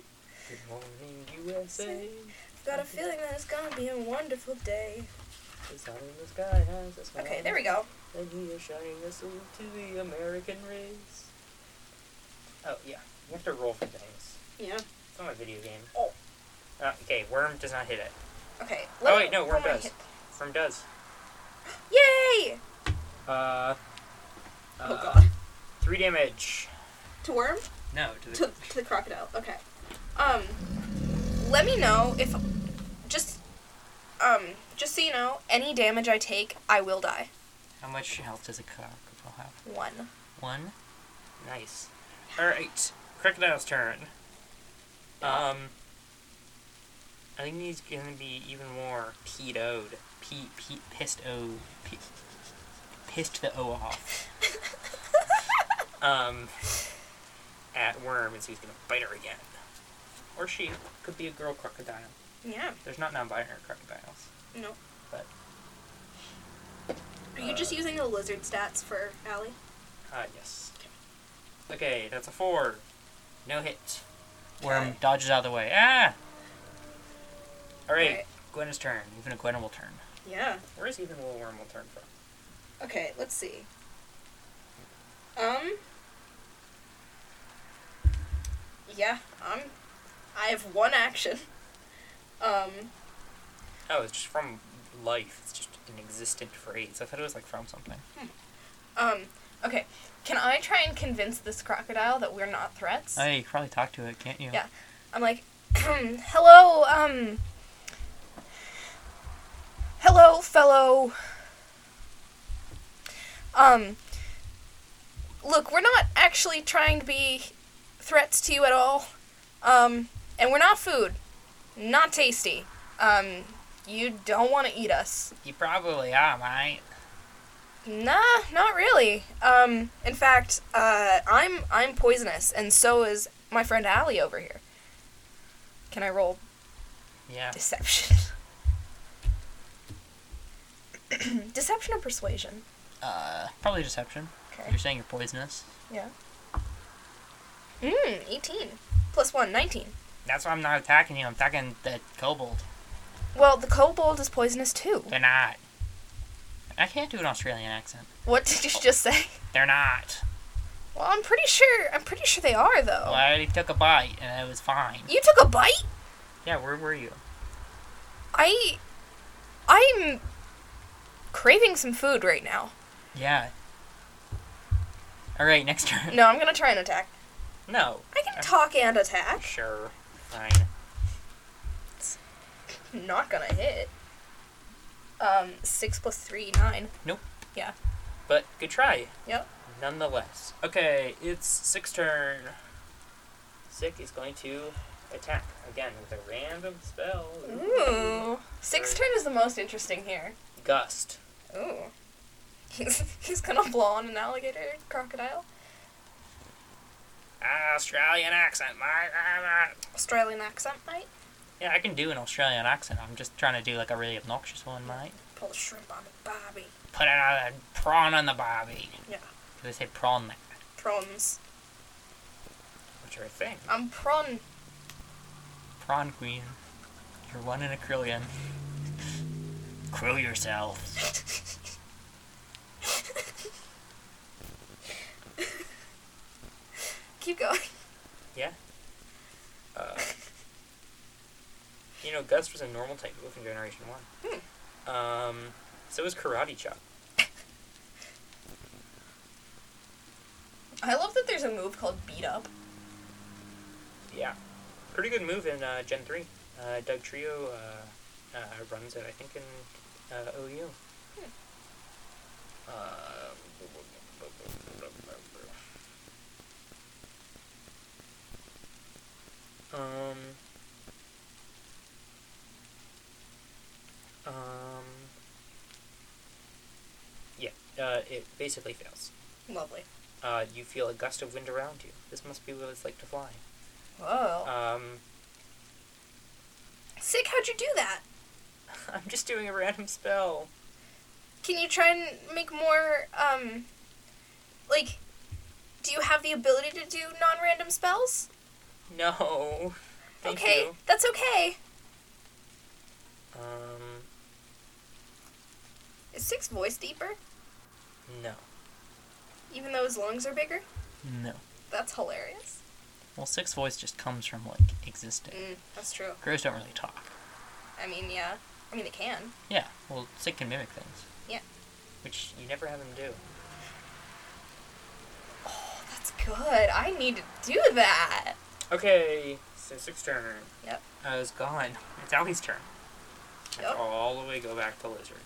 Good morning, USA. I've got a feeling that it's gonna be a wonderful day. The sun in the sky has a smile. Okay, there we go. And he is shining a salute to the American race. Oh yeah, you have to roll for things. Yeah. It's not a video game. Oh. Uh, okay, worm does not hit it. Okay. oh wait, no, worm let me does. hit- Worm does. Yay! Uh, uh, oh god. Three damage. To worm? No, to the. To, to the crocodile. Okay. Um, let me know if just um just so you know, any damage I take, I will die. How much health does a crocodile have? One. One. Nice. All right, crocodile's turn. Um, I think he's gonna be even more peed-o'd. P p pissed o p- pissed the o off. um, at worm, and so he's gonna bite her again. Or she could be a girl crocodile. Yeah. There's not non-binary crocodiles. No. But- Are you just using the lizard stats for Allie? Ah, yes. Okay, that's a four. No hit. Worm Okay. dodges out of the way. Ah! All right, Alright. Gwen's turn. Even a Gwen will turn. Yeah. Where is even Little Worm will turn from? Okay, let's see. Um, yeah, I'm. I have one action. Um, Oh, it's just from life. It's just an existent phrase. I thought it was like from something. um, okay. Can I try and convince this crocodile that we're not threats? Hey, you could probably talk to it, can't you? Yeah. I'm like, hello, um, hello, fellow. Um, look, we're not actually trying to be threats to you at all. Um, and we're not food. Not tasty. Um, you don't want to eat us. You probably are, mate. Nah, not really. Um, in fact, uh, I'm I'm poisonous, and so is my friend Allie over here. Can I roll Yeah. Deception. Deception or persuasion? Uh, probably deception. Okay. You're saying you're poisonous. Mm, 18. Plus 1, 19. That's why I'm not attacking you. I'm attacking the kobold. Well, the kobold is poisonous too. They're not. I can't do an Australian accent. What did you just say? They're not. Well, I'm pretty sure. I'm pretty sure they are though. Well, I already took a bite and it was fine. You took a bite? Yeah, where were you? I I'm craving some food right now. Yeah. All right, next turn. No, I'm going to try and attack. No. I can talk and attack. Sure. Fine. Not going to hit. Um 6 plus 3, 9. But good try. Yep. Nonetheless. Okay, it's Sick's turn. Sick is going to attack again with a random spell. Ooh. 6 turn is the most interesting here. Gust. Ooh. He's, he's gonna blow on an alligator crocodile. Australian accent, my. Australian accent, mate. Yeah, I can do an Australian accent. I'm just trying to do like a really obnoxious one, mate. Pull a shrimp on the bobby. Put another prawn on the barbie. Yeah. They say prawn there, Prawns. which are a thing. I'm prawn. Prawn queen. You're one in a krillion. Crew yourself. Keep going. Uh, you know, Gust was a normal type wolf in Generation 1. Um, so was Karate Chop. I love that there's a move called beat up. Yeah. Pretty good move in uh, Gen 3. Uh, Doug Trio uh, uh, runs it, I think, in uh, OU. Uh, Um, um, yeah, uh, it basically fails. Lovely. Uh, you feel a gust of wind around you. This must be what it's like to fly. Whoa. Um, Sick, how'd you do that? I'm just doing a random spell. Can you try and make more, um. Like, do you have the ability to do non random spells? No. Thank okay, you. that's okay. Um, Is Sick's voice deeper, no. even though his lungs are bigger? No. That's hilarious. Well, six voice just comes from like existing. Mm, that's true. Crows don't really talk. I mean, yeah. I mean, it can. Yeah. Well, sick can mimic things. Which you never have them do. Oh, that's good. I need to do that. Okay, so six turn. Yep. I was gone. It's Allie's turn. Let's Yep. All the way go back to lizard.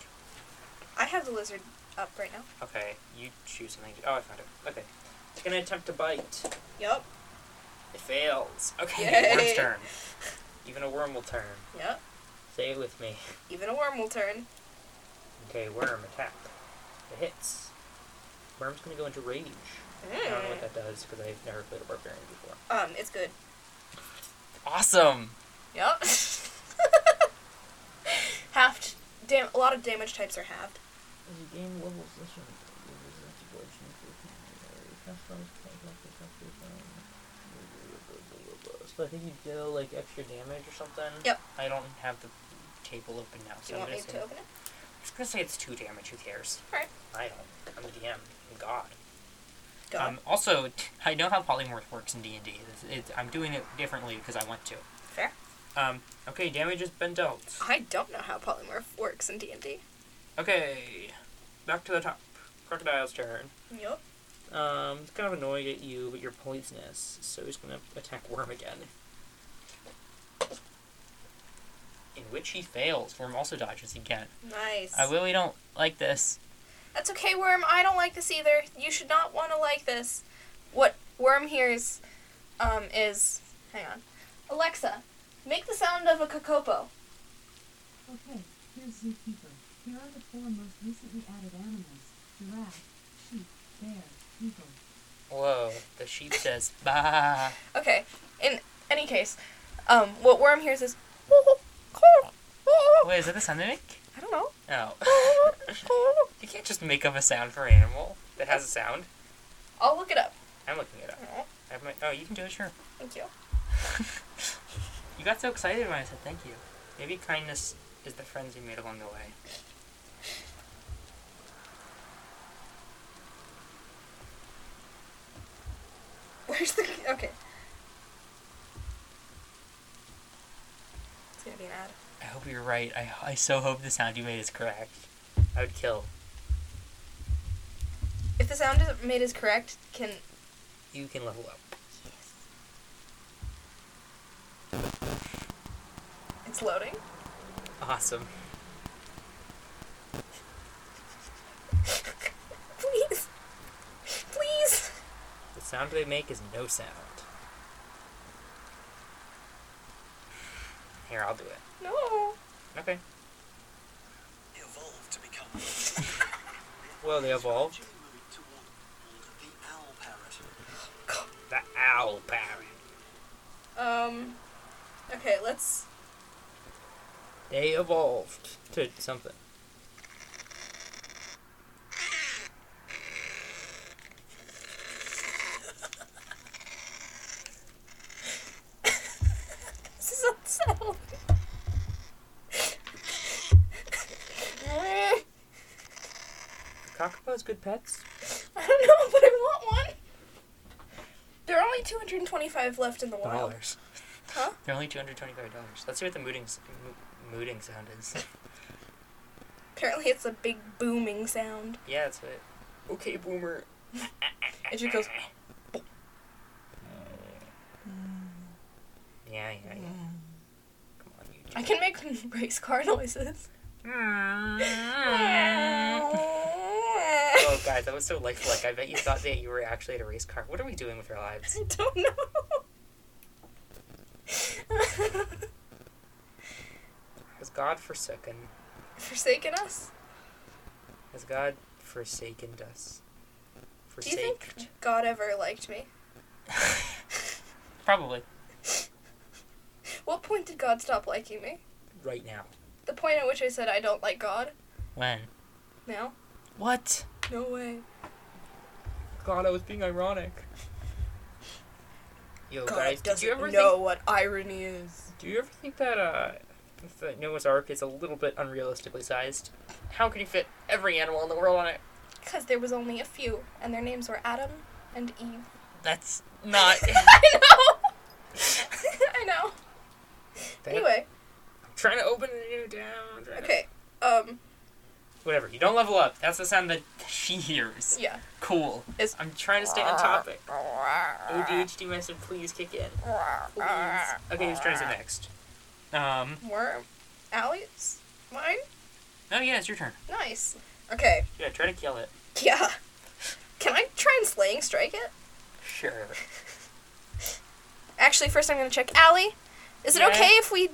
I have the lizard up right now. Okay, you choose something. To, oh, I found it. Okay. It's gonna attempt to bite. Yep. It fails. Okay, Yay. worm's turn. Even a worm will turn. Yep. Say it with me. Even a worm will turn. Okay, worm attack. It hits. Worm's gonna go into rage. I don't know what that does because I've never played a barbarian before. Um, it's good. Awesome. Yep. halved. Dam- a lot of damage types are halved. So I think you deal like extra damage or something. Yep. I don't have the table open now, Do so you I'm want gonna me say to open it? I'm just gonna say it's two damage. Who cares? Alright. I don't. I'm the DM. I'm God. Dog. Um, also, I know how polymorph works in D and D. I'm doing it differently because I want to. Fair. Um, okay, damage has been dealt. I don't know how polymorph works in D and D. Okay, back to the top. Crocodile's turn. Yup. Um, it's kind of annoyed at you, but your politeness, so he's gonna attack Worm again. In which he fails. Worm also dodges again. Nice. I really don't like this. That's okay, Worm. I don't like this either. You should not want to like this. What Worm hears um, is. Hang on. Alexa, make the sound of a kokopo. Okay, here's Zookeeper. Here are the four most recently added animals. Giraffe, sheep, bear, eagle. Whoa, the sheep says, bah. Okay, in any case, um, what Worm hears is. Wait, is that the sound they make? I don't know. No. you can't just make up a sound for an animal that has a sound. I'll look it up. I'm looking it up. I have my, oh, you can do it, sure. Thank you. You got so excited when I said thank you. Maybe kindness is the friends you made along the way. Where's the. Okay. It's gonna be an ad. I hope you're right. I, I so hope the sound you made is correct. I would kill. If the sound is- made is correct, can. You can level up. It's loading. Awesome. Please. Please. The sound they make is no sound. Here, I'll do it. No. Okay. evolved to become Well, they evolved. moved toward the owl parrot. The owl parrot. Um. Okay, let's. They evolved to something. This is unsettling. I Kakapo's good pets. don't know, but I want one. There are only 225 left in the wild. Dollars. Huh? They're only two hundred twenty-five dollars. Let's hear what the mooting s- mo- mooting sound is. Apparently, it's a big booming sound. yeah, that's it. Okay, boomer. It just goes. Yeah, yeah, yeah. Come on, you. I can make race car noises. Oh, guys, that was so lifelike. I bet you thought that you were actually at a race car. What are we doing with our lives? I don't know. Has God forsaken? Forsaken us? Has God forsaken us? Do you Forsaked. think God ever liked me? Probably. What point did God stop liking me? Right now. The point at which I said I don't like God? When? Now? What? No way. God, I was being ironic. Yo, guys, did you ever think? what irony is. Do you ever think that uh, that Noah's Ark is a little bit unrealistically sized? How could you fit every animal in the world on it? Because there was only a few, and their names were Adam and Eve. That's not. I know! I know. Anyway, I'm trying to open it down. I'm trying to- okay. Um, Whatever. You don't level up. That's the sound that she hears. yeah. Cool. It's- I'm trying to stay on topic. ADHD message, please kick in. Please. Okay, who's trying to say next? um. Worm. Alley's? Mine? Oh yeah, it's your turn. Nice. Okay. Yeah, try to kill it. Yeah. Can I try and slaying strike it? Sure. Actually, first I'm gonna check Allie. Is it Yeah. okay if we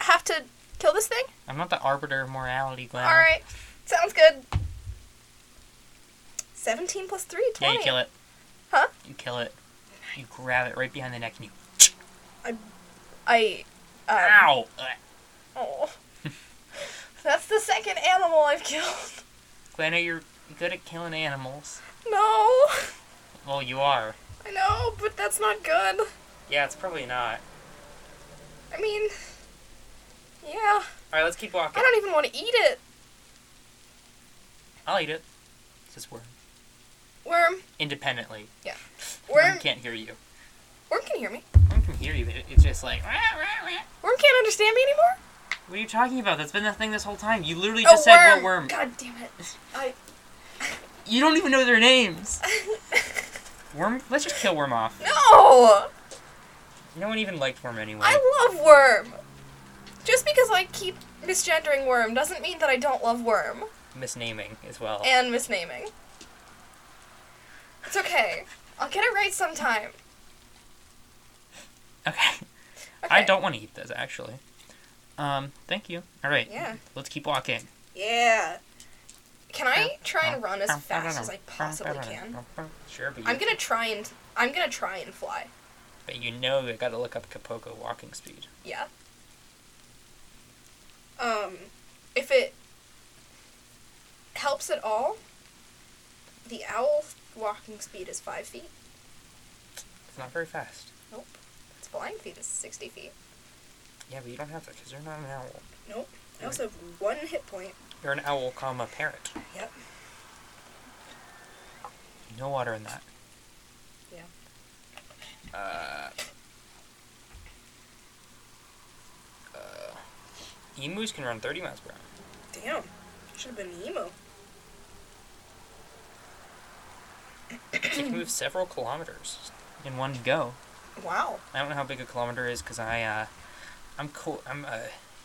have to kill this thing? I'm not the arbiter of morality, Glenn. All right, sounds good. 17 plus 3, 20. Yeah, you kill it. Huh? You kill it. You grab it right behind the neck and you. I. Um, Ah. Ow! Ugh. Oh. That's the second animal I've killed. Glenna, you're good at killing animals. No. Well, you are. I know, but that's not good. Yeah, it's probably not. I mean, yeah. Alright, let's keep I walking. don't even want to eat it. I'll eat it. It's just worm. Worm. independently. Worm Worm. can't hear you. Worm can hear me. Worm can hear you, but it- it's just like. "Wah, wah, wah." Worm can't understand me anymore. Oh, What are you talking about? That's been the thing this whole time. You literally just said what worm. God damn it. I. You don't even know their names. Worm. Let's just kill Worm off. no! No one even liked Worm anyway. I love Worm! Just because I keep misgendering Worm doesn't mean that I don't love Worm. Misnaming as well. And misnaming. It's okay. I'll get it right sometime. Okay. Okay. I don't want to eat this actually. Um. Thank you. All right. Yeah. Let's keep walking. Yeah. Can I try and run as fast as I possibly can? Sure, but you, I'm gonna try and I'm gonna try and fly. but you know I gotta look up Kapoko walking speed. Yeah. Um, if it helps at all, the owl walking speed is five feet. It's not very fast. Nope. Its flying feet is sixty feet. Yeah, but you don't have that because you're not an owl. Nope. I also have one hit point. You're an owl, comma parrot. Yep. No water in that. Yeah. Uh. Uh. Emus can run 30 miles per hour. Damn. Should have been an emo. They can move several kilometers in one go. Wow. I don't know how big a kilometer is because I, uh, I'm cool. I'm, uh,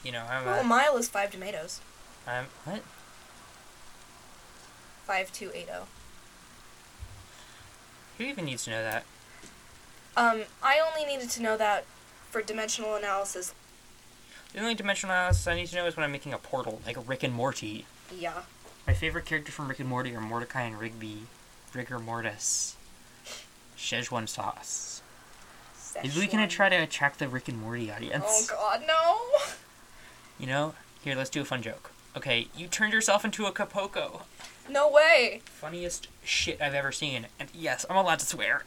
you know, I'm, Well, a uh, mile is five tomatoes. I'm, what? Five two eight oh. Who even needs to know that? Um, I only needed to know that for dimensional analysis. The only dimensional analysis I need to know is when I'm making a portal, like Rick and Morty. Yeah. My favorite character from Rick and Morty are Mordecai and Rigby. Rigor mortis. Szechuan sauce. Maybe we can uh, Szechuan. try to attract the Rick and Morty audience. Oh God, no. You know, here, let's do a fun joke. Okay, you turned yourself into a Capoco. No way! Funniest shit I've ever seen. And yes, I'm allowed to swear.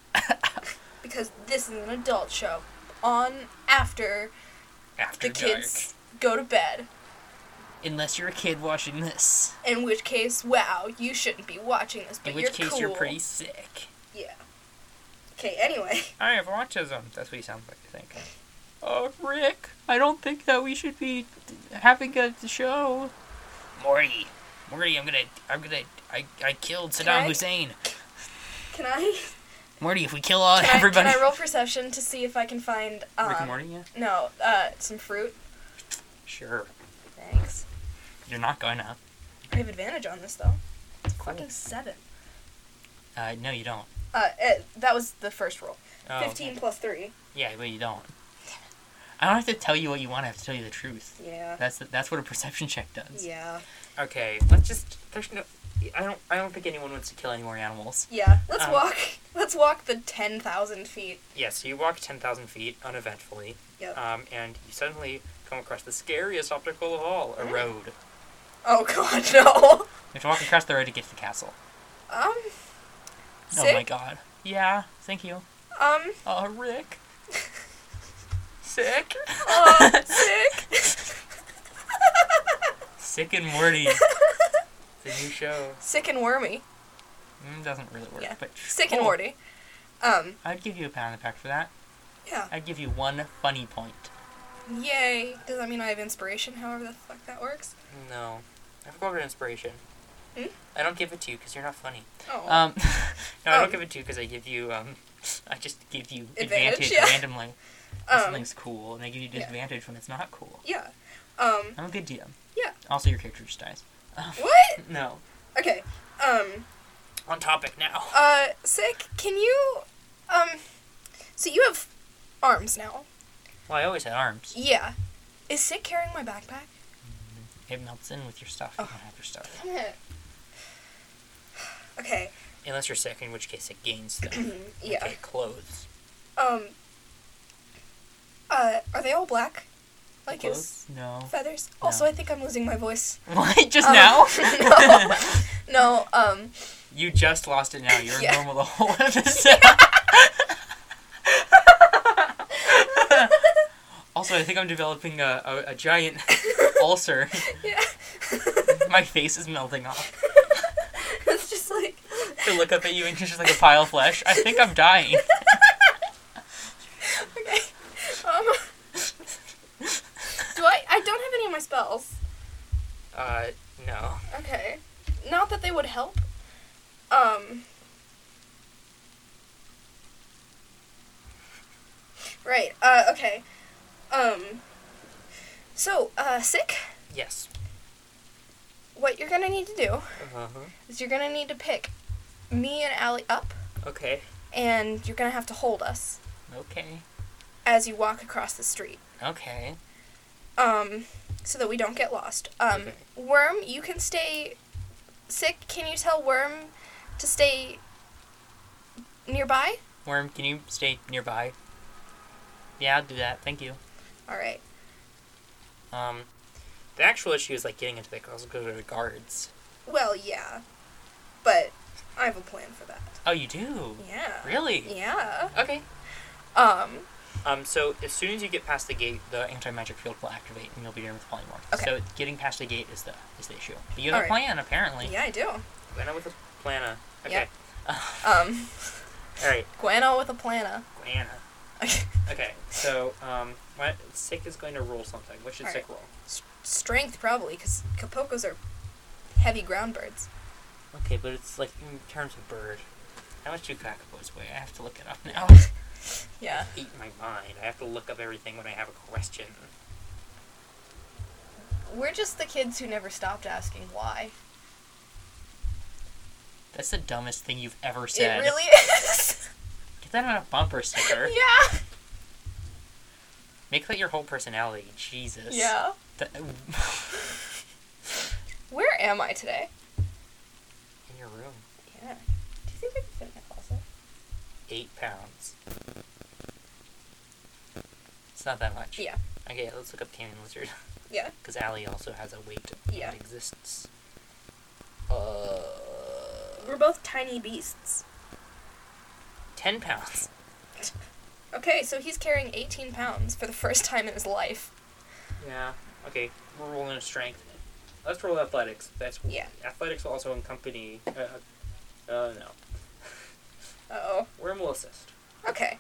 Because this is an adult show. On after After the dark. kids go to bed. Unless you're a kid watching this. In which case, wow, you shouldn't be watching this, but In which you're case, cool. you're pretty sick. Yeah. Okay, anyway. I have autism. That's what he sounds like, I think. Oh, Rick, I don't think that we should be having a show. Morty, Morty, I'm gonna, I'm gonna, I, I killed Saddam I- Hussein. Can I Morty, if we kill all can, I everybody. can I roll perception to see if I can find um Rick and Morty, yeah. No, uh some fruit. Sure. Thanks. You're not going to. I have advantage on this though. It's Cool. fucking seven. Uh, no, you don't. Uh eh, that was the first roll. Oh, Fifteen plus three. Yeah, but you don't. I don't have to tell you what you want. I have to tell you the truth. Yeah. That's that's what a perception check does. Yeah. Okay, let's just. There's no. I don't. I don't think anyone wants to kill any more animals. Yeah. Let's Um, walk let's walk the ten thousand feet. Yes, you walk 10,000 feet uneventfully, Yep. um, and you suddenly come across the scariest obstacle of all Mm. a road. You Oh god, no. have to walk across the road to get to the castle. Um. Oh my Sick. god. Yeah, thank you. Um. Uh, Rick. Sick? Uh, sick. Sick and Morty. the new show. Sick and wormy. Mm, doesn't really work, Yeah. but. Sick and cool. Morty. Um. I'd give you a pound of the pack for that. Yeah. I'd give you one funny point. Yay. Does that mean I have inspiration? However the fuck that works. No. I've got inspiration. Hmm? I don't give it to you because you're not funny. Oh. Um, no, I Um, don't give it to you because I give you. Um, I just give you Advantage, advantage, yeah. randomly. When Um, something's cool, and I give you yeah. disadvantage when it's not cool. yeah. Um. I'm a good DM. Yeah. Also, your character just dies. Oh, What? No. Okay. Um. On topic now. Uh. Sick. Can you? Um. So you have arms now. Well, I always had arms. Yeah. Is Sick carrying my backpack? It melts in with your stuff. Oh. You don't have your stuff okay. unless you're sick, in which case it gains stuff. Yeah. Okay, clothes. Um. Uh. Are they all black? Like is. Clothes? No. feathers. Also, I think I'm losing my voice. What? Just Um, now? no. No, um, You just lost it now. You're Yeah. normal the whole episode. also, I think I'm developing a, a, a giant ulcer. yeah. My face is melting off. it's just like to look up at you and she's just like a pile of flesh. I think I'm dying. Okay. Um, do I? I don't have any of my spells. Uh, no. Okay. Not that they would help. Um. Right. Uh. Okay. Um. So, uh, sick. Yes. What you're gonna need to do Uh-huh. is you're gonna need to pick me and Allie up, Okay. and you're gonna have to hold us Okay. as you walk across the street. Okay. um, so that we don't get lost. Um, Okay. Worm, you can stay sick. Can you tell Worm to stay nearby? Worm, can you stay nearby? Yeah, I'll do that. Thank you. All right. Um, the actual issue is like getting into the because of the guards. Well, yeah, but I have a plan for that. Oh, you do? Yeah. Really? Yeah. Okay. Um. Um, so as soon as you get past the gate, the anti-magic field will activate, and you'll be done with Polymorph. Okay. So getting past the gate is the is the issue. But you have a Alright. plan, apparently. Yeah, I do. Plan with a plana. Okay. Yeah. Um, All right, Guano with a plana. Anna. Okay. So um, what Sick is going to roll something. What should All Sick right. roll? S- Strength probably, because kapokos are heavy ground birds. Okay, but it's like in terms of bird. How much do kakapos weigh? I have to look it up now. Yeah. Eat my mind. I have to look up everything when I have a question. We're just the kids who never stopped asking why. That's the dumbest thing you've ever said. It really is. Get that on a bumper sticker. yeah. Make that your whole personality. Jesus. Yeah. Th- Where am I today? in your room. Yeah. Do you think I can fit in that closet? Eight pounds. It's not that much. Yeah. Okay, let's look up Canyon Lizard. Yeah. Because Allie also has a weight Yeah. that exists. Uh. We're both tiny beasts. Ten pounds. Okay, so he's carrying 18 pounds for the first time in his life. Yeah. Okay, we're rolling a strength. Let's roll athletics. That's Yeah. Athletics will also accompany. Uh, uh, no. Uh oh. Worm will assist. Okay.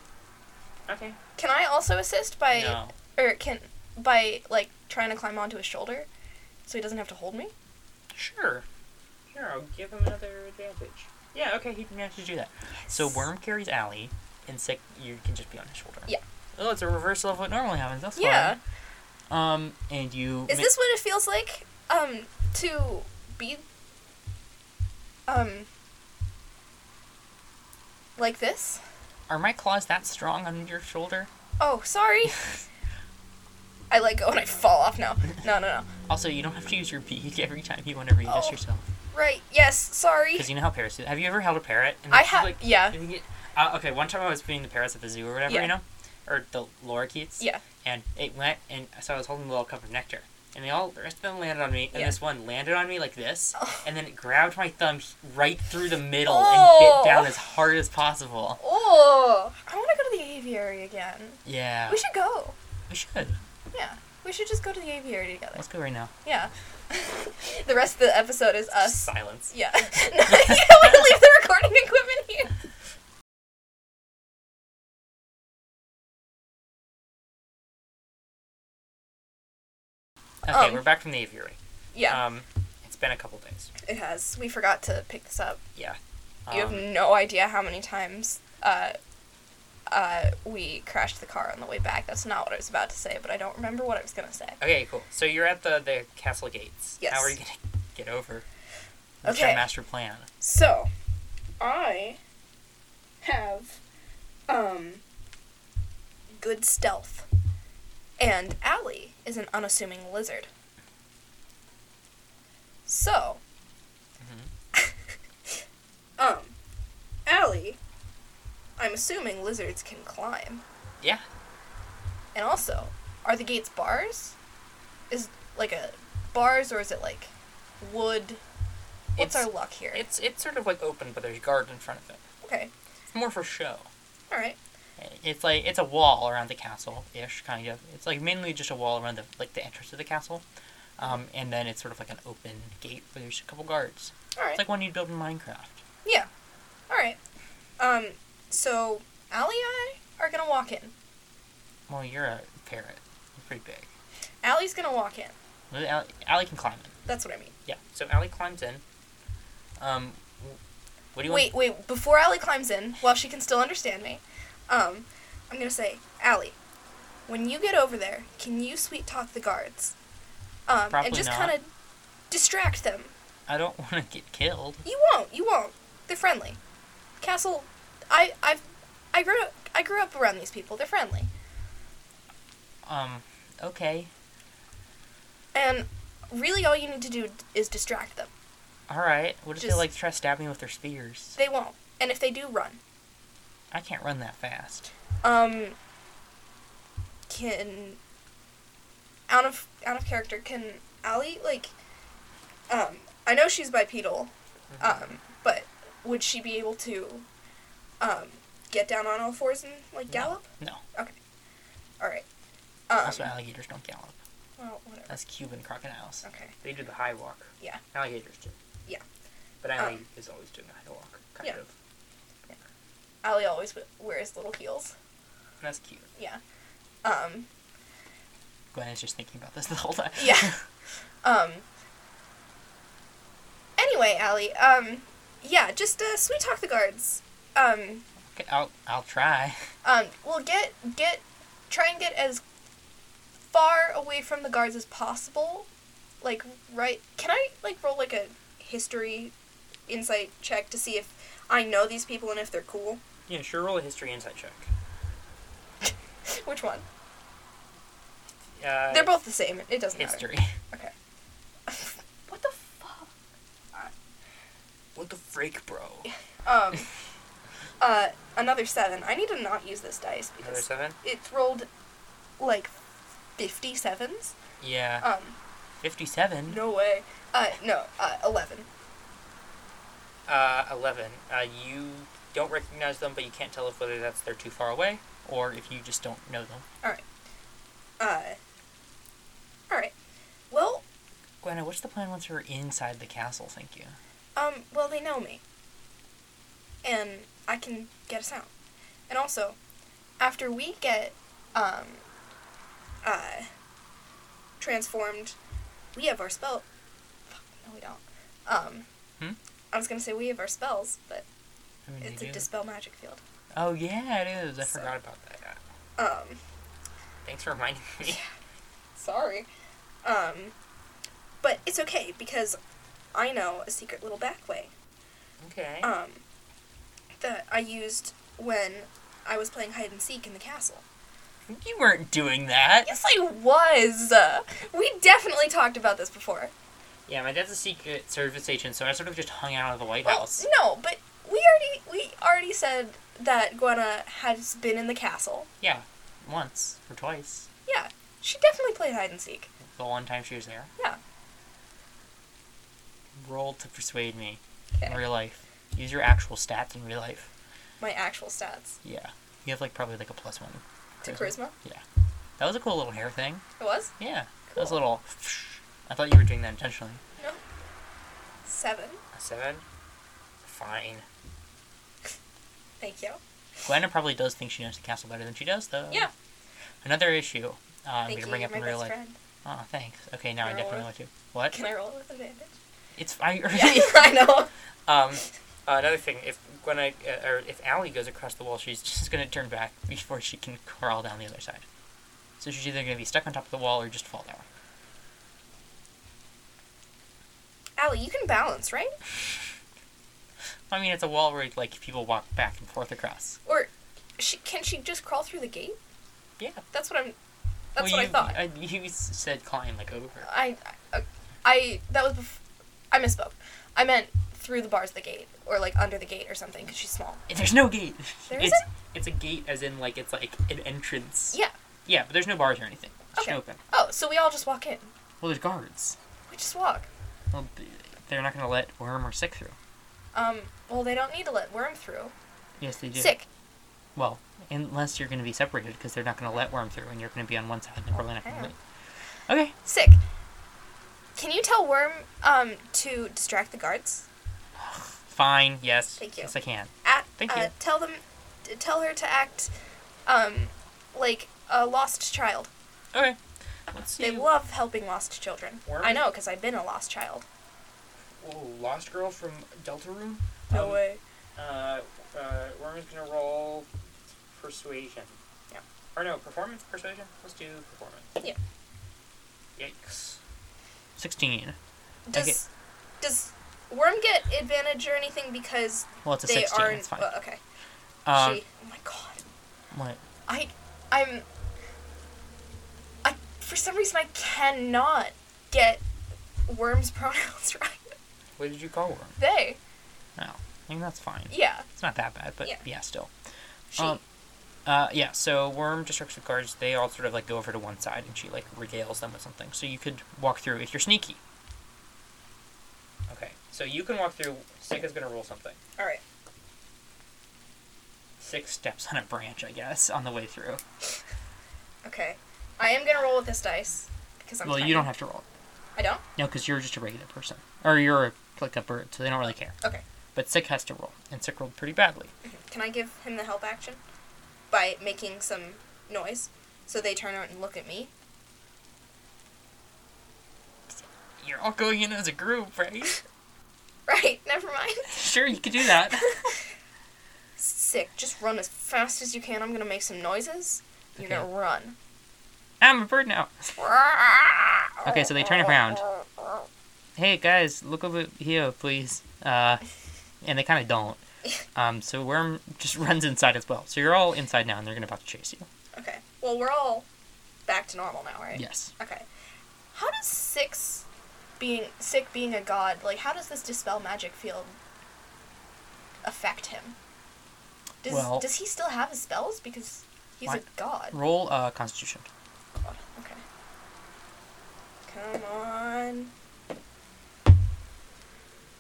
Okay. Can I also assist by No. or can by like trying to climb onto his shoulder so he doesn't have to hold me? Sure. Here, I'll give him another advantage. Yeah, okay, he can actually do that. So Worm carries Allie, and Sick, you can just be on his shoulder. Yeah. Oh, it's a reversal of what normally happens. That's Yeah. Fine. Um, and you. Is ma- this what it feels like um to be um like this? Are my claws that strong on your shoulder? Oh, sorry. I let go and I fall off now. No, no, no. Also, you don't have to use your beak every time you want to readjust Oh. yourself. Right. Yes. Sorry. Because you know how parrots do. Have you ever held a parrot? And I it's just have. like- yeah. and you get- uh, okay, one time I was feeding the parrots at the zoo or whatever, Yeah. you know? Or the lorikeets. Yeah. And it went, and so I was holding a little cup of nectar. And they all, the rest of them landed on me, and Yeah. this one landed on me like this, Oh. and then it grabbed my thumb h- right through the middle Oh. and bit down as hard as possible. Oh, I want to go to the aviary again. Yeah. We should go. We should. Yeah. We should just go to the aviary together. Let's go right now. Yeah. the rest of the episode is us. Silence. Yeah. no, you want to leave the recording equipment here. Okay, Um. we're back from the aviary. Yeah, Uh, Um, it's been a couple days. it has. We forgot to pick this up. Yeah. you Um, have no idea how many times uh, uh, we crashed the car on the way back. That's not what I was about to say, but I don't remember what I was going to say. Okay, cool. So you're at the, the castle gates. Yes. How are you gonna get over? What's your Okay. master plan? So, I have um good stealth, and Allie is an unassuming lizard. So, Mm-hmm. um, Allie, I'm assuming lizards can climb, Yeah. and also, are the gates bars? Is like a bars or is it like wood? What's It's- our luck here? It's it's sort of like open, but there's guards in front of it. okay, It's more for show. all right. It's like it's a wall around the castle ish kind of. It's like mainly just a wall around the like the entrance to the castle, um, and then it's sort of like an open gate where there's a couple guards. All right. It's like one you'd build in Minecraft. Yeah. Um, so Allie and I are gonna walk in. Well, you're a parrot. You're pretty big. Allie's gonna walk in. Well, Allie, Allie can climb in. That's what I mean. Yeah. So Allie climbs in. Um, wh- what do you Wait, wait. Before Allie climbs in, while she can still understand me, um, I'm gonna say, Allie, when you get over there, can you sweet talk the guards? Um, Probably and just not. kind of distract them. want? I don't want to get killed. You won't. You won't. They're friendly. Castle, I, I've, I grew, I grew up around these people. They're friendly. Um, okay. And really, all you need to do is distract them. All right. What if they Just- like try stabbing me with their spears? They won't. And if they do, run. I can't run that fast. Um, can out of out of character? Can Allie like? Um, I know she's bipedal, Mm-hmm. um, but would she be able to, um, get down on all fours and like No. gallop? No. All right. Um, Also, alligators don't gallop. well, whatever. That's Cuban crocodiles. Okay. They do the high walk. Yeah. Alligators do. Yeah. But Allie Um, is always doing the high walk, kind Yeah. of. Allie always w- wears little heels. That's cute. Um, Gwen is just thinking about this the whole time. Yeah. Um. Anyway, Allie. Um. Yeah, just uh, sweet talk the guards. Um. okay, I'll I'll try. Um. Well, get get, try and get as far away from the guards as possible. Like right. Can I like roll like a history, insight check to see if I know these people and if they're cool? Yeah, sure. Roll a history insight check. Which one? Uh, They're both the same. It doesn't History. matter. what the fuck? What the freak, bro? Um. uh. Another seven. I need to not use this dice because. Another seven. it's rolled like 50 sevens. Yeah. Um, Fifty-seven. no way. Uh, no, uh, 11. Uh, eleven. Uh, you don't recognize them, but you can't tell if whether that's they're too far away or if you just don't know them. Uh, alright. Well, Gwen, what's the plan once we're inside the castle? Thank you. um, well, they know me. And I can get us out. And also, after we get, um, uh, transformed, we have our spell. Fuck, no, we don't. Um, Hmm? I was gonna say we have our spells, but I mean, it's you a do. dispel magic field. Oh yeah, it is. I So- forgot about that. Um, Thanks for reminding me. Sorry. Um, but it's okay because I know a secret little back way. okay. Um, that I used when I was playing hide and seek in the castle. You weren't doing that. Yes, I was. Uh, we definitely talked about this before. Yeah, my dad's a Secret Service agent, so I sort of just hung out of the White Well, House. no, but we already we already said that Gwenna has been in the castle. Yeah, once or twice. Yeah, she definitely played hide and seek. The one time she was there. Yeah. Roll to persuade me in Okay. real life. Use your actual stats in real life. My actual stats Yeah. You have like probably like a plus one. to Charisma? charisma. That was a cool little hair thing. It was Yeah. That was a little. I thought you were doing that intentionally. seven. A seven? Fine. Thank you. Um, Gwenna probably does think she knows the castle better than she does, though. Yeah. Another issue uh, I'm Thank going you. to bring You're up my in real best life. friend. Oh, thanks. Okay, now I Roll definitely it. want to. What? Can I roll it with advantage? It's. I already. Yeah, I know. Um, another thing, if when I, uh, or if Allie goes across the wall, she's just gonna turn back before she can crawl down the other side. So she's either gonna be stuck on top of the wall or just fall down. Allie, you can balance, right? I mean, it's a wall where like people walk back and forth across. Or she can she just crawl through the gate? Yeah. That's what I'm. That's Well, what you, I thought. I, you s- said climb like over. I, I, I- that was before. I misspoke. I meant through the bars of the gate, or like under the gate, or something, because she's small. There's no gate. There it's, isn't? It's a gate, as in like it's like an entrance. Yeah. Yeah, but there's no bars or anything. It's just Okay. open. Oh, so we all just walk in. Well, there's guards. We just walk. Well, th- they're not gonna let Worm or Sick through. Um. Well, they don't need to let Worm through. Yes, they do. Sick. Well, unless you're going to be separated because they're not going to let Worm through and you're going to be on one side and they're probably not going to Okay. let. Okay. Sick. Can you tell Worm um to distract the guards? Fine. Yes. Thank you. Yes, I can. At Thank you. Uh, tell them, t- tell her to act, um, like a lost child. okay. Let's see. They love helping lost children. Worm? I know, cause I've been a lost child. Oh, Lost Girl from Deltarune? No Um, way. Uh, uh, Worm is gonna roll persuasion. Yeah. Or no, performance persuasion. Let's do performance. Yeah. Yikes. 16. Does does Worm get advantage or anything because Well, it's a they 16. aren't? It's fine. well, okay. um, she. Oh my god. what? I. I'm. I. For some reason, I cannot get Worm's pronouns right. What did you call Worm? They. No. I mean, that's fine. Yeah. It's not that bad, but yeah, Yeah. still. She. Um, Uh, yeah, so Worm distracts the guards. They all sort of like go over to one side and she like regales them with something. So you could walk through if you're sneaky. Okay, so you can walk through. Sika's gonna roll something. all right. Six steps on a branch, I guess, on the way through. Okay. I am gonna roll with this dice because I'm. well, tiny. you don't have to roll. I don't. No, because you're just a regular person. Or you're a, like a bird, so they don't really care. Okay. But Sick has to roll, and Sick rolled pretty badly. Can I give him the help action by making some noise so they turn around and look at me? You're all going in as a group, right? Right. Never mind. sure, you could do that. Sick. Just run as fast as you can. I'm gonna make some noises. You're Okay. gonna run. I'm a bird now. Okay, so they turn around. Hey guys, look over here, please. Uh, and they kind of don't. Um, so Worm just runs inside as well. So you're all inside now, and they're gonna about to chase you. Okay. Well, we're all back to normal now, right? Yes. Okay. How does six being sick being a god, like how does this dispel magic field affect him? Does Well- does he still have his spells because he's Why- a god? Roll uh, Constitution. God. Okay. Come on.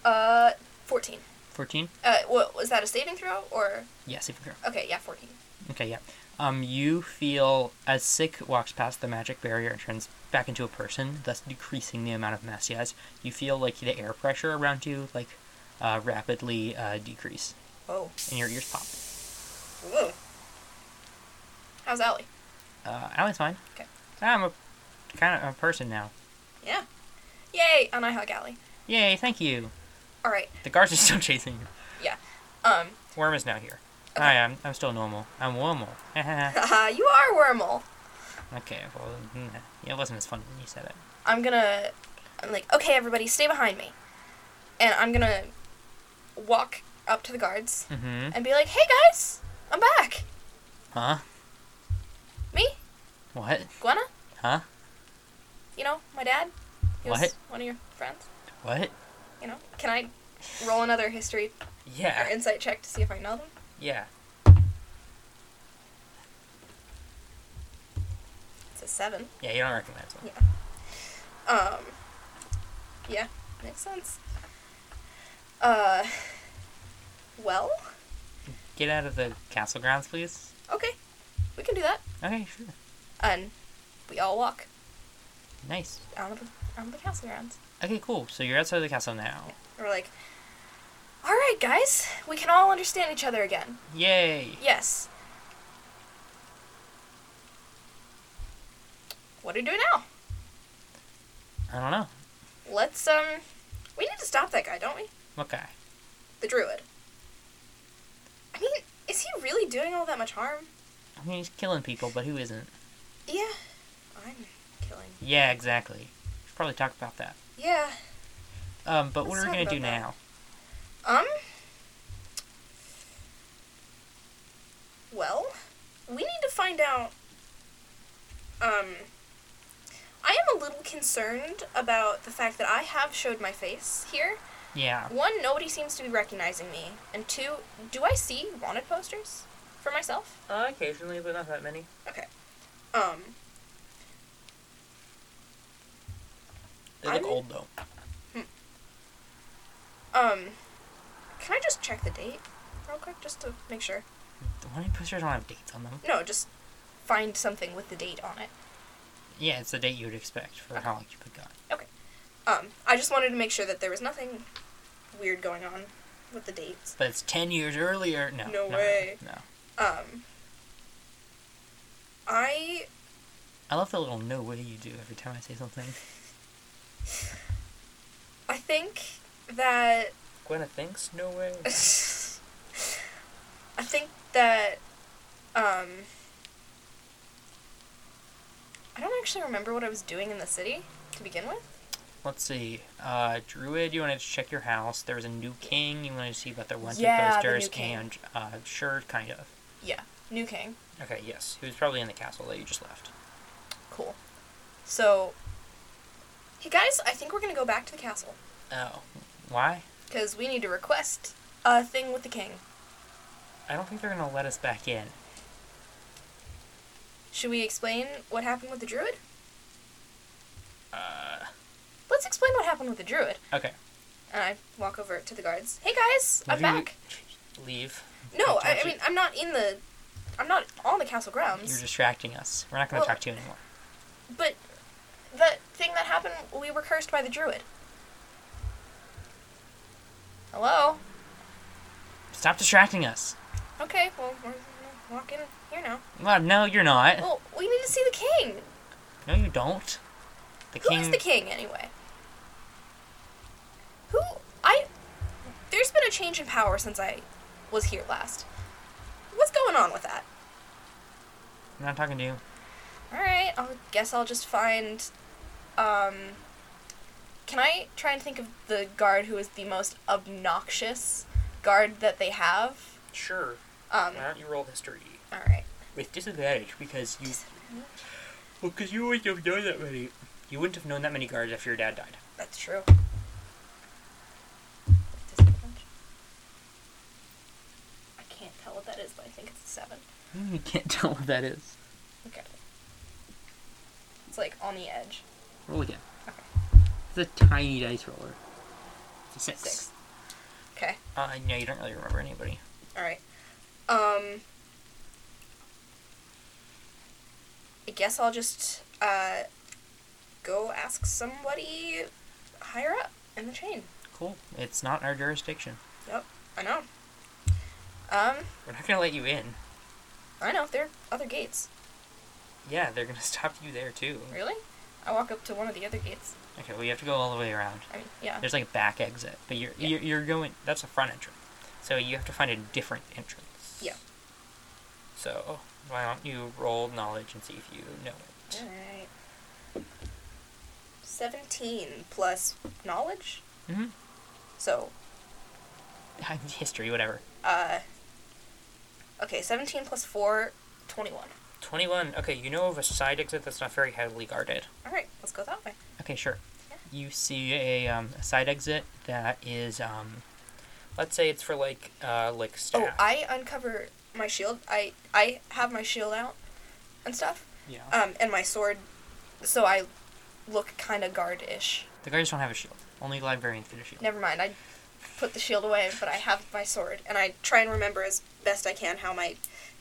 Uh 14. Fourteen. Uh what was that a saving throw or Yes, if you care. Okay, yeah, 14. Okay, yeah. Um, you feel as Sick walks past the magic barrier and turns back into a person, thus decreasing the amount of mass he has. You feel like the air pressure around you like uh, rapidly uh, decrease, Oh. and your ears pop. Whoa. How's Allie? Uh, Allie's fine. Okay. I'm a kind of a person now. Yeah. Yay! And I hug Allie. Yay! Thank you. All right. The guards are still chasing you. Um. Worm is now here. Okay. Hi, I'm, I'm still normal. I'm normal. okay, Haha, you are Wormhole. well, mm, yeah, it wasn't as fun when you said it. I'm gonna. I'm like, okay, everybody, stay behind me. And I'm gonna walk up to the guards Mm-hmm. and be like, hey guys, I'm back. Huh? Me, What? Gwenna. Huh? You know, my dad. He was What? one of your friends. What? You know, can I roll another history or Yeah. insight check to see if I know them? Yeah. It's a seven. Yeah, you don't recognize him. Um, yeah, makes sense. Uh, well, Get out of the castle grounds, please. okay, we can do that. Okay, sure. And we all walk Nice. out of the, out of the castle grounds. Okay, cool. So you're outside of the castle now. We're like, all right, guys, we can all understand each other again. Yay! Yes. What do we do now? I don't know. Let's um, we need to stop that guy, don't we? What guy? The druid. I mean, is he really doing all that much harm? I mean, he's killing people, but who isn't? Yeah, I'm killing. Yeah, exactly. We should probably talk about that. Yeah. Um, but what Let's are we talk gonna about do that. now? Um. Well, we need to find out. Um. I am a little concerned about the fact that I have showed my face here. Yeah. One, nobody seems to be recognizing me. And two, do I see wanted posters for myself? Uh, occasionally, but not that many. Um. They look I'm- old though. Um. Can I just check the date real quick just to make sure? The wanted posters don't have dates on them. No, just find something with the date on it. Yeah, it's the date you would expect for how long you've been gone. Um, I just wanted to make sure that there was nothing weird going on with the dates. But it's 10 years earlier. No. No not way. really, No. Um, I I love the little no way you do every time I say something. I think that Gwenna thinks? No way. I think that um I don't actually remember what I was doing in the city to begin with. Let's see. Uh, Druid, you wanted to check your house. There was a new king. You wanted to see about their winter Yeah, the new posters. king. And uh, sure, kind of. Yeah, New King. Okay, yes. He was probably in the castle that you just left. Cool. So, hey guys, I think we're gonna go back to the castle Oh. Why? because we need to request a thing with the king. I don't think they're going to let us back in. Should we explain what happened with the druid? Uh, Let's explain what happened with the druid. okay. And I walk over to the guards. Hey guys, I'm Maybe we- back. Leave. No, Don't I, I touch mean it. I'm not in the, I'm not on the castle You're grounds. distracting us. We're not going to Well- talk to you anymore. But that thing that happened, we were cursed by the druid. Hello. Stop distracting us. Okay, well we're we're walking here now. Well, no, you're not. Well, we need to see the king. No, you don't. The Who king. is the king anyway? Who I there's been a change in power since I was here last. What's going on with that? I'm not talking to you. Alright, I guess I'll just find um can I try and think of the guard who is the most obnoxious guard that they have? Sure. Um Why don't you roll history? alright. With disadvantage, because you. Well, because you wouldn't have known that many. You wouldn't have known that many guards after your dad died. That's true. Disadvantage. I can't tell what that is, but I think it's a seven. You can't tell what that is. Okay. It's like on the edge. Roll again. Okay. It's a tiny dice roller. It's a six. Six. Okay. Uh, no, you don't really remember anybody. All right. Um. I guess I'll just uh, go ask somebody higher up in the chain. Cool. It's not our jurisdiction. Yep. I know. Um. We're not gonna let you in. I know there are other gates. Yeah, they're gonna stop you there too. Really? I walk up to one of the other gates. Okay, well you have to go all the way around. I mean, yeah. There's like a back exit, but you're Yeah. you're, you're going. That's a front entrance. So you have to find a different entrance. Yeah. So why don't you roll knowledge and see if you know it? All right. Seventeen plus knowledge. Mhm. So History, whatever. Uh, okay, 17 plus 4, 21. Twenty-one. Okay, you know of a side exit that's not very heavily guarded. All right, let's go that way. Okay, sure. Yeah. You see a, um, a side exit that is, um, let's say it's for like uh, like Oh, staff. I uncover my shield. I I have my shield out and stuff. yeah. Um, and my sword, so I look kind of guard-ish. The guards don't have a shield. Only librarians get a shield. Never mind. I put the shield away, but I have my sword, and I try and remember as best I can how my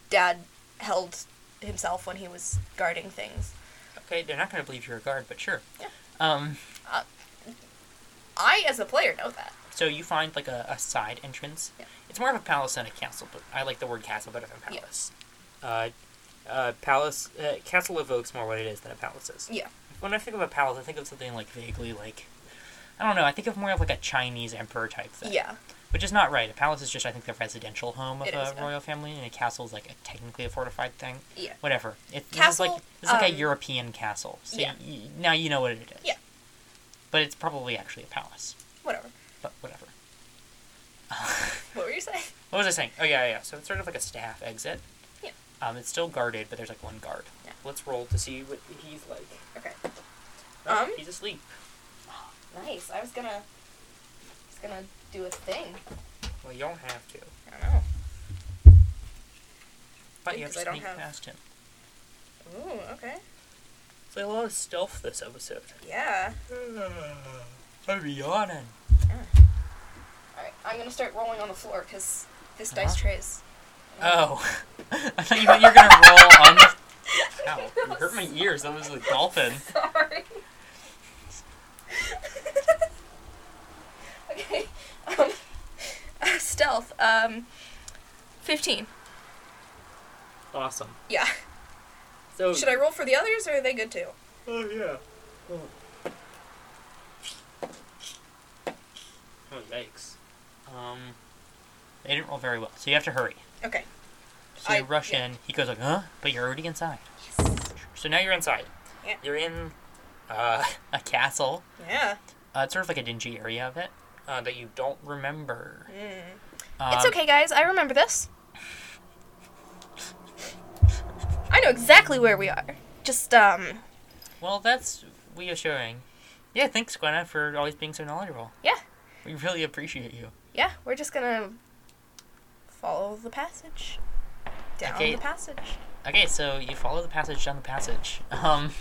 dad held himself when he was guarding things. Okay, they're not gonna believe you're a guard, but sure. Yeah. Um, I, as a player, know that. so you find like a, a side entrance. Yeah. It's more of a palace than a castle, but I like the word castle better than Yeah. palace. Uh, uh, palace. Uh, castle evokes more what it is than a palace is. Yeah. When I think of a palace, I think of something like vaguely like, I don't know. I think of more of like a Chinese emperor type thing. Yeah. Which is not right. A palace is just, I think, the residential home of It a is, yeah. royal family, and a castle is like a, technically a fortified thing. Yeah. Whatever. It, Castle, This is like this is like a um, European castle. So yeah. y- y- now you know what it is. Yeah. But it's probably actually a palace. Whatever. But whatever. What were you saying? What was I saying? Oh yeah, yeah. So it's sort of like a staff exit. Yeah. Um, it's still guarded, but there's like one guard. Yeah. Let's roll to see what he's like. Okay. Oh, Um. he's asleep. Nice. I was gonna, I was gonna do a thing. Well, you don't have to. I don't know. But you have to Because I don't sneak have- Past him. Ooh. Okay. It's like a lot of stealth this episode. Yeah. I'm yawning. All right. I'm gonna start rolling on the floor because this Uh-huh. dice tray is. Oh. I thought you meant you were gonna roll on the. Ow! You hurt my ears. That was a dolphin. Sorry. okay. Um. stealth. Um, 15. Awesome. Yeah. Oh. So Should I roll for the others, or are they good too? Oh yeah. Oh. yikes. Um, Oh, They didn't roll very well, so you have to hurry. Okay. So you I- rush yeah. in. He goes like, "Huh?" But you're already inside. Yes. So now you're inside. Yeah. you're in uh, A castle. Yeah. Uh, it's sort of like a dingy area of it uh, that you don't remember. Mm. Um, It's okay, guys. I remember this. I know exactly where we are. Just, um, Well, that's reassuring. Yeah, thanks, Gwenna, for always being so knowledgeable. Yeah. We really appreciate you. yeah, we're just gonna follow the passage. Down Okay. the passage. Okay, so you follow the passage down the passage. Um,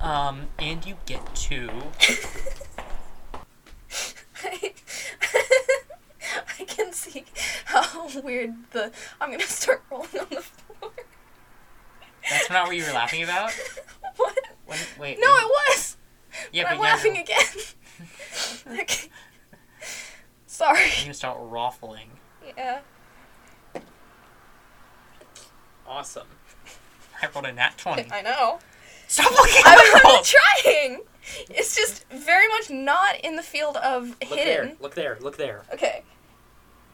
um, and you get to. I I can see how weird the. I'm gonna start rolling on the floor. That's not what you were laughing about? What? When, wait. No, when- it was! yeah, but I'm but now laughing again. okay. Sorry. you start raffling. Yeah. awesome. I rolled a nat 20. I know. Stop looking at my I'm roll! trying! It's just very much not in the field of Look hidden. there. Look there. Look there. Okay.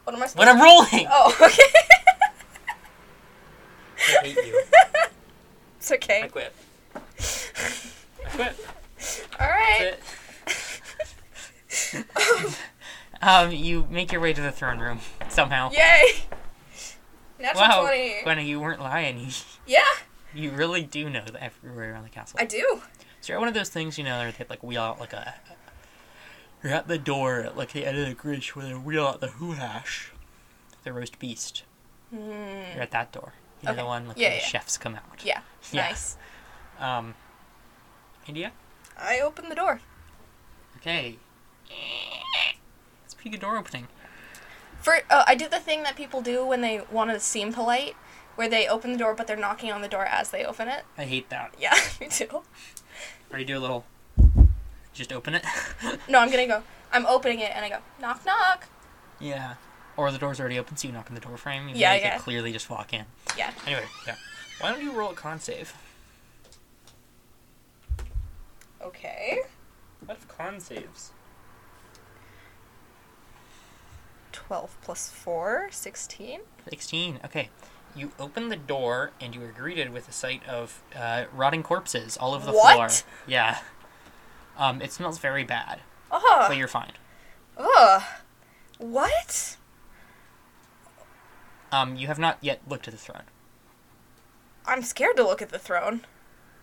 What am I supposed When I'm rolling! Oh, okay. I hate you. it's okay. I quit. I quit. Alright. That's it. Um, you make your way to the throne room somehow. Yay! Natural wow, 20. Gwenna, you weren't lying. You, Yeah, you really do know the everywhere around the castle. I do. So you're one of those things, you know, they like wheel out like a. You're at the door at like the end of the grish where they wheel out the hoohash, the roast beast. You're at that door. You know the Okay. one like Yeah, where yeah. the chefs come out. Yeah. Yeah. Nice. Um. India. I opened the door. Okay. It's a pretty good door opening. For oh, I did the thing that people do when they want to seem polite, where they open the door but they're knocking on the door as they open it. I hate that. Yeah, me too. Or you do a little. Just open it. No, I'm gonna go. I'm opening it and I go knock knock. yeah. Or the door's already open, so you knock on the door frame. even Yeah, though you yeah. Could clearly just walk in. Yeah. Anyway, yeah. Why don't you roll a con save? Okay. What if con saves? Twelve plus four, sixteen. 16. Okay. You open the door and you are greeted with a sight of uh, rotting corpses all over the What? floor. Yeah. Um, it smells very bad, Oh. but you're fine. Ugh. What? Um, you have not yet looked at the throne. I'm scared to look at the throne.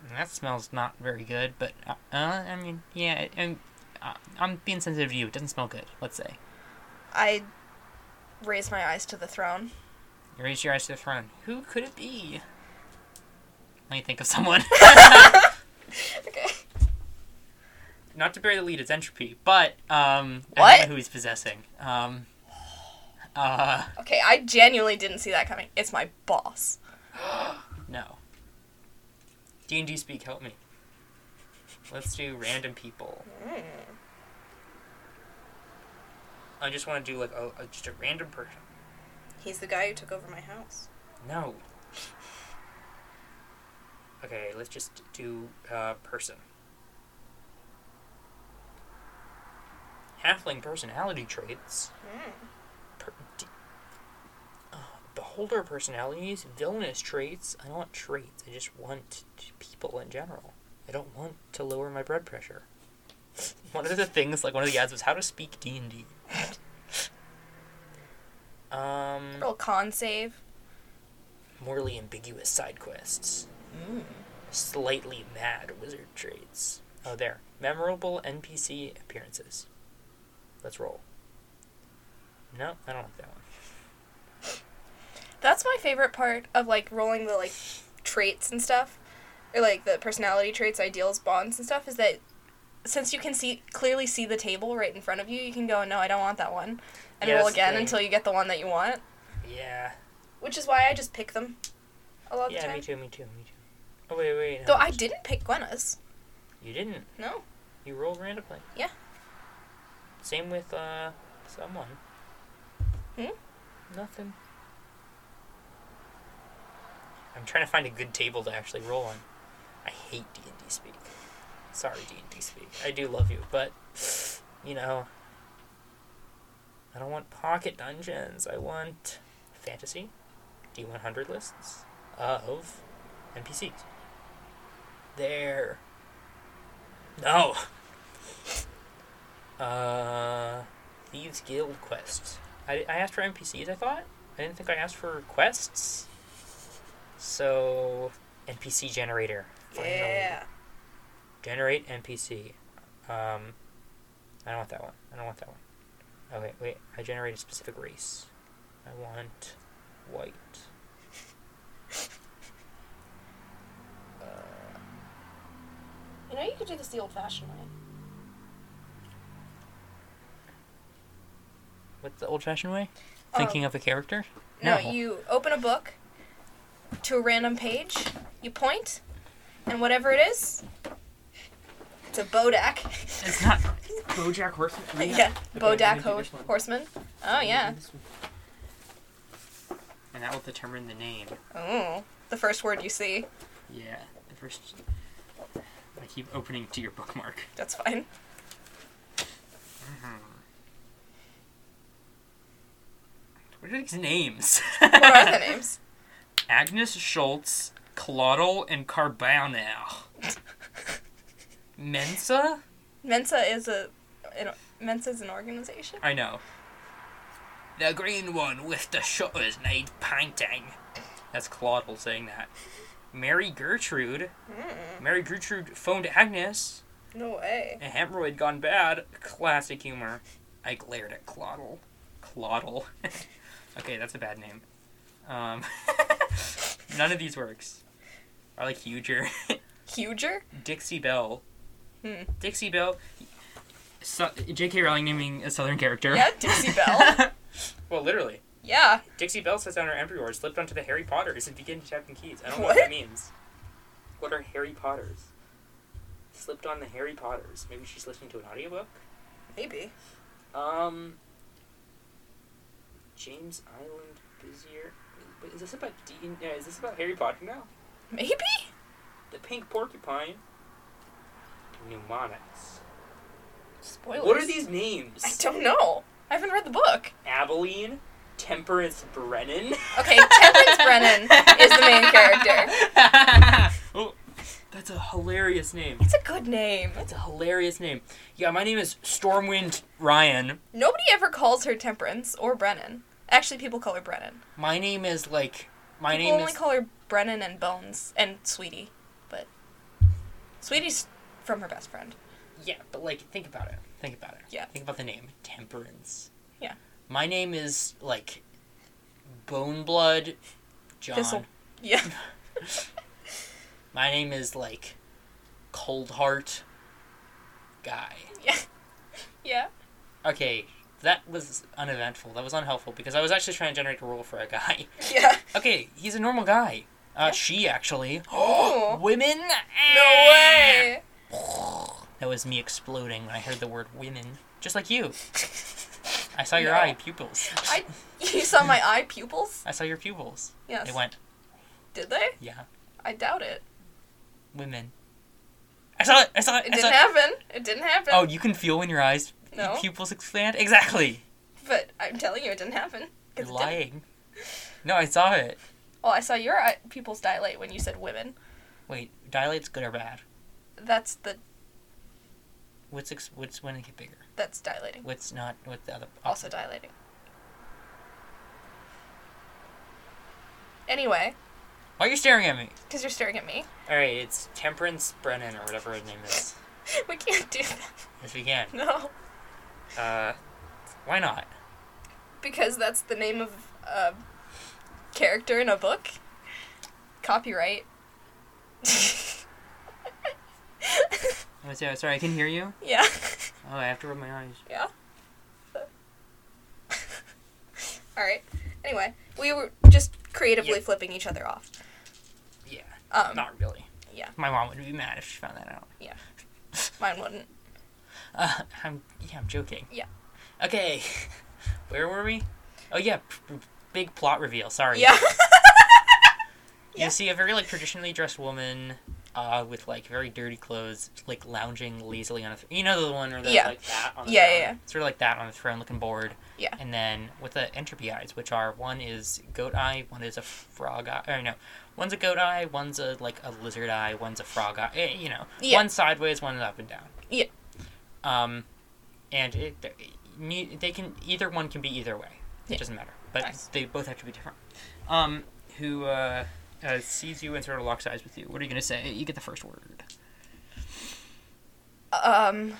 And That smells not very good, but uh, uh, I mean, yeah, it- I'm, uh, I'm being sensitive to you. It doesn't smell good. Let's say I raise my eyes to the throne. you raise your eyes to the throne. Who could it be? Let me think of someone. Okay. not to bury the lead, it's entropy, but um, I What? don't know who he's possessing. Um, uh, Okay, I genuinely didn't see that coming. It's my boss. No. D and D speak. Help me. Let's do random people. Hmm. I just want to do like a, a just a random person. He's the guy who took over my house. No. Okay, let's just do uh, person. Halfling personality traits. Hmm. Per- d- uh, beholder personalities, villainous traits. I don't want traits. I just want t- people in general. I don't want to lower my blood pressure. One of the things, like one of the ads, was how to speak D and D. Um. Roll con save. morally ambiguous side quests, Hmm. slightly mad wizard traits. Oh, there. Memorable NPC appearances. Let's roll. No, I don't like that one. That's my favorite part of like rolling the like traits and stuff, or like the personality traits, ideals, bonds, and stuff. Is that since you can see clearly see the table right in front of you, you can go no, I don't want that one, and Yeah, roll that's the again thing. until you get the one that you want. Yeah. Which is why I just pick them a lot of the Yeah, time. me too, me too, me too. Oh, wait, wait. no, Though I it's- didn't pick Gwenna's. You didn't. No. You rolled randomly. Yeah. Same with, uh, someone. Hmm? Nothing. I'm trying to find a good table to actually roll on. I hate D and D speak. Sorry, D and D speak. I do love you, but you know, I don't want pocket dungeons. I want fantasy D100 lists of NPCs. There. No. Uh, Thieves Guild quests. I, I asked for NPCs, I thought. I didn't think I asked for quests. So, NPC generator. Finally. Yeah. Generate NPC. Um, I don't want that one. I don't want that one. Okay, wait. I generate a specific race. I want white. You know, you could do this the old-fashioned way. What's the old-fashioned way? Oh. Thinking of a character? No, No. you open a book to a random page, you point, and whatever it is, it's a Bodak. It's not BoJack Horseman. yeah, Bodak do Ho- this one. Horseman. Oh, yeah. And that will determine the name. Oh, the first word you see. Yeah. The first. I keep opening to your bookmark. That's fine. What are these names? What are the names? Agnes Schultz, Claudel, and Carbonell. Mensa? Mensa is a... An, Mensa is an organization? I know. The green one with the shutters need painting. That's Claudel saying that. Mary Gertrude. Mary Gertrude phoned Agnes. No way. A hemorrhoid gone bad. Classic humor. I glared at Claudel. Claudel. okay, that's a bad name. Um, none of these works. I like huger. Huger? Dixie Bell. Hmm. Dixie Bell. So, J.K. Rowling naming a southern character. Yeah, Dixie Bell. Well, literally. Yeah. Dixie Bell says on her embryo slipped onto the Harry Potters and began tapping keys. I don't know What? what that means. What are Harry Potters? Slipped on the Harry Potters. Maybe she's listening to an audiobook? Maybe. Um. James Island busier. Wait, is this about Dean? Yeah, is this about Harry Potter now? Maybe? The pink porcupine. Mnemonics. Spoilers. What are these I names? don't know. I haven't read the book. Abilene, Temperance Brennan. Okay, Temperance Brennan is the main character. oh, that's a hilarious name. It's a good name. That's a hilarious name. Yeah, my name is Stormwind Ryan. Nobody ever calls her Temperance or Brennan. Actually, people call her Brennan. My name is like my people name only is call her Brennan and Bones and Sweetie, but Sweetie's from her best friend. yeah, but like think about it. Think about it. Yeah. Think about the name Temperance. Yeah. My name is like Boneblood John. Thistle. Yeah. My name is like Cold Heart Guy. Yeah. Yeah. Okay, that was uneventful. That was unhelpful because I was actually trying to generate a role for a guy. Yeah. Okay, he's a normal guy. Uh, She actually. Oh. Women? No way. That was me exploding when I heard the word women. Just like you. I saw your No. eye pupils. I you saw my eye pupils? I saw your pupils. Yes. They went, Did they? yeah, I doubt it. women. I saw it. I saw it. It I saw didn't it. happen. It didn't happen. Oh, you can feel when your eyes No. pupils expand. Exactly. But I'm telling you, it didn't happen. You're 'Cause it didn't. lying. No, I saw it. Well, I saw your eye, pupils dilate when you said women. Wait, dilate's good or bad? That's the What's ex- what's when it get bigger? that's dilating. What's not? What's the other? Also dilating. Anyway, Why are you staring at me? because you're staring at me, All right, it's Temperance Brennan or whatever her name is. we can't do that. Yes, we can. No, Uh, why not? because that's the name of a character in a book. Copyright. I oh, say, sorry, I can hear you. yeah, Oh, I have to rub my eyes. yeah. All right. Anyway, we were just creatively Yeah. Ah. flipping each other off. Yeah. Um, Not really. Yeah. My mom would be mad if she found that out. mine wouldn't. Uh, I'm yeah, I'm joking. Yeah. Okay. Where were we? Oh yeah, p- p- big plot reveal. Sorry. Yeah. Yeah. You see a very like traditionally dressed woman, uh, with like very dirty clothes, like lounging lazily on a. Th- you know the one where they're Yeah. like that on the Yeah, throne? yeah, yeah. Sort of like that on the throne, looking bored. Yeah. And then with the entropy eyes, which are one is goat eye, one is a frog eye. Or no, one's a goat eye, one's a like a lizard eye, one's a frog eye. eh, You know, Yeah. one sideways, one up and down. Yeah. Um, and it, they're- ne- they can either one can be either way. Yeah. It doesn't matter, but Nice. they both have to be different. Um, who uh, uh, sees you and sort of locks eyes with you? What are you gonna say? You get the first word. Um.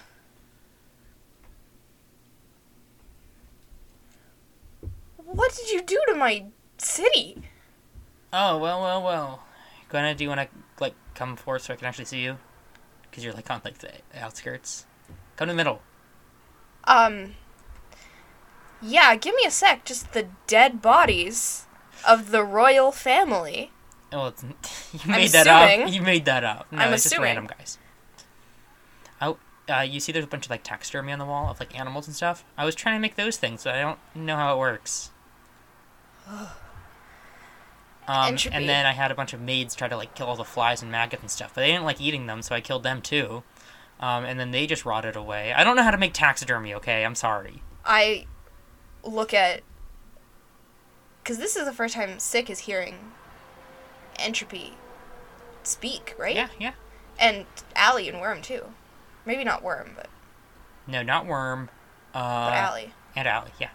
What did you do to my city? Oh well, well, well. Gwenna, do you want to like come forward so I can actually see you? Because you're like on like the outskirts. Come to the middle. Um. Yeah, give me a sec. Just the dead bodies of the royal family. Oh, it's, you made that assuming. up. You made that up. No, I'm it's just assuming. random guys. Oh, uh, you see, there's a bunch of like taxidermy on the wall of like animals and stuff. I was trying to make those things, but I don't know how it works. Um, Entropy. and then I had a bunch of maids try to like kill all the flies and maggots and stuff, but they didn't like eating them, so I killed them too. Um, and then they just rotted away. I don't know how to make taxidermy. Okay, I'm sorry. I look at. Because this is the first time Sick is hearing entropy speak, right? Yeah, yeah. And Allie and Worm, too. Maybe not Worm, but, No, not worm. but Uh, Allie. and Allie. Yeah,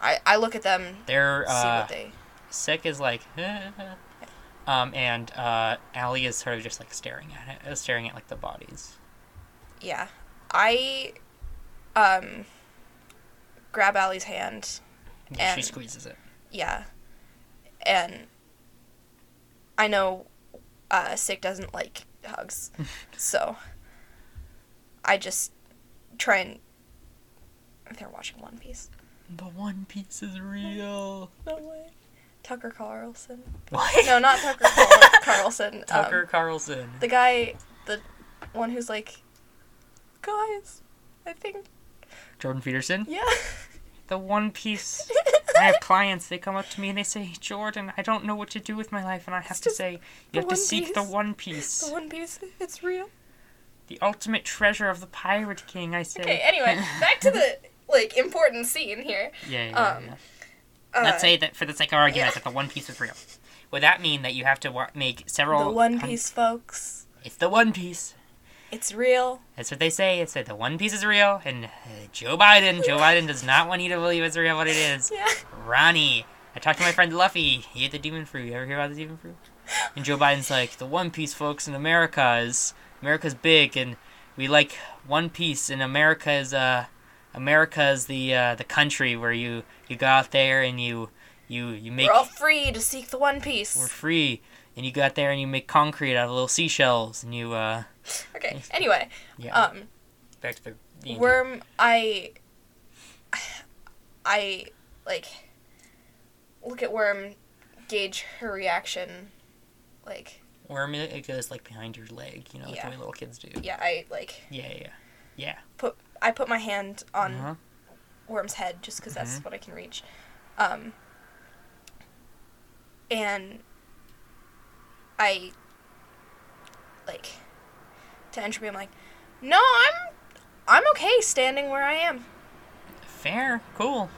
I, I look at them, they're see uh, what they. Sick is like, um, and uh, Allie is sort of just like staring at it, uh, staring at like the bodies. Yeah. I um grab Allie's hand. Yeah, she And- squeezes it. Yeah. And I know uh Sick doesn't like hugs. so I just try and they're watching One Piece. The One Piece is real. No way. Tucker Carlson. What? No, not Tucker Carl- Carlson. Tucker Um, Carlson. the guy the one who's like guys, I think Jordan Peterson. yeah. The One Piece. I have clients. They come up to me and they say, "Jordan, I don't know what to do with my life," and I have to just say, "You the have to One seek the Piece. One Piece, the One Piece, it's real. the ultimate treasure of the Pirate King." I say. Okay, anyway, back to the like important scene here. Yeah, yeah, yeah, um, yeah. Uh, Let's say that for the sake of argument yeah. that the One Piece is real. Would that mean that you have to wa- make several? the One hun- Piece folks. It's the One Piece. It's real. That's what they say. It's that the One Piece is real, and uh, Joe Biden. Joe Biden does not want you to believe it's real, but it is. Yeah. Ronnie. I talked to my friend Luffy. He ate the demon fruit. You ever hear about the demon fruit? And Joe Biden's like, the One Piece folks in America is America's big, and we like One Piece, and America is uh, America is the uh, the country where you you go out there and you you you make We're all free to seek the One we're Piece. free, and you go out there and you make concrete out of little seashells, and you uh Okay. Anyway, yeah um, back to the D&D. Worm, I, I like look at Worm, gauge her reaction. Like, worm it it goes like behind your leg, you know, like Yeah. the way little kids do. yeah, Um, I like Yeah, yeah, put I put my hand yeah. on Uh-huh. Worm's head just because that's Mhm. what I can reach. Um, and I like to entropy. I'm like, no, I'm I'm okay standing where I am. Fair, cool.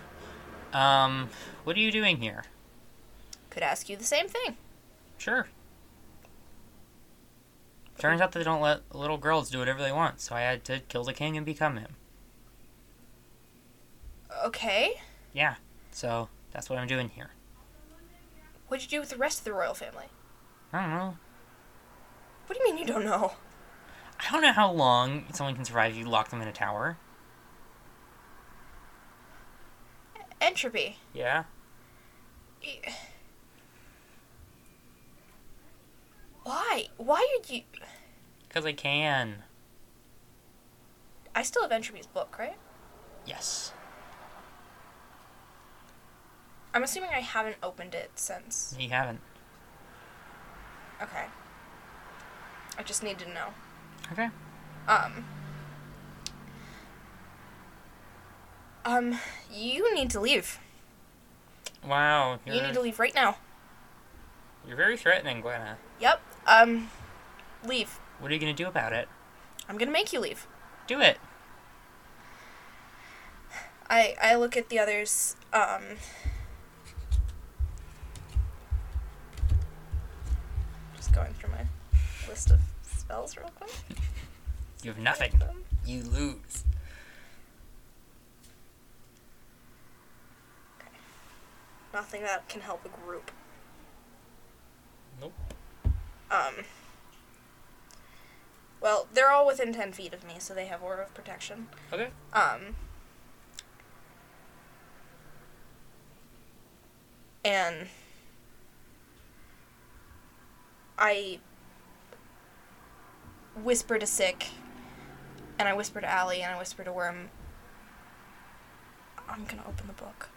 Um, what are you doing here? Could ask you the same thing. Sure. Turns out they don't let little girls do whatever they want, so I had to kill the king and become him. Okay, So that's what I'm doing here. what'd you do with the rest of the royal family? I don't know. What do you mean you don't know? I don't know how long someone can survive if you lock them in a tower. Entropy. Yeah. E- Why? Why are you? Because I can. I still have entropy's book, right? Yes. I'm assuming I haven't opened it since. You haven't. Okay. I just need to know. Okay. Um. Um, you need to leave. Wow, you're, You need to leave right now. you're very threatening, Glenna. Yep. Um, leave. What are you gonna do about it? I'm gonna make you leave. Do it. I I look at the others. Um. Just going through my list of spells real quick. You have nothing. Um, You lose. nothing that can help a group. Nope. Um. Well, they're all within ten feet of me, so they have aura of protection. Okay. Um. And I whisper to Sick, and I whisper to Allie, and I whisper to Worm. I'm gonna open the book.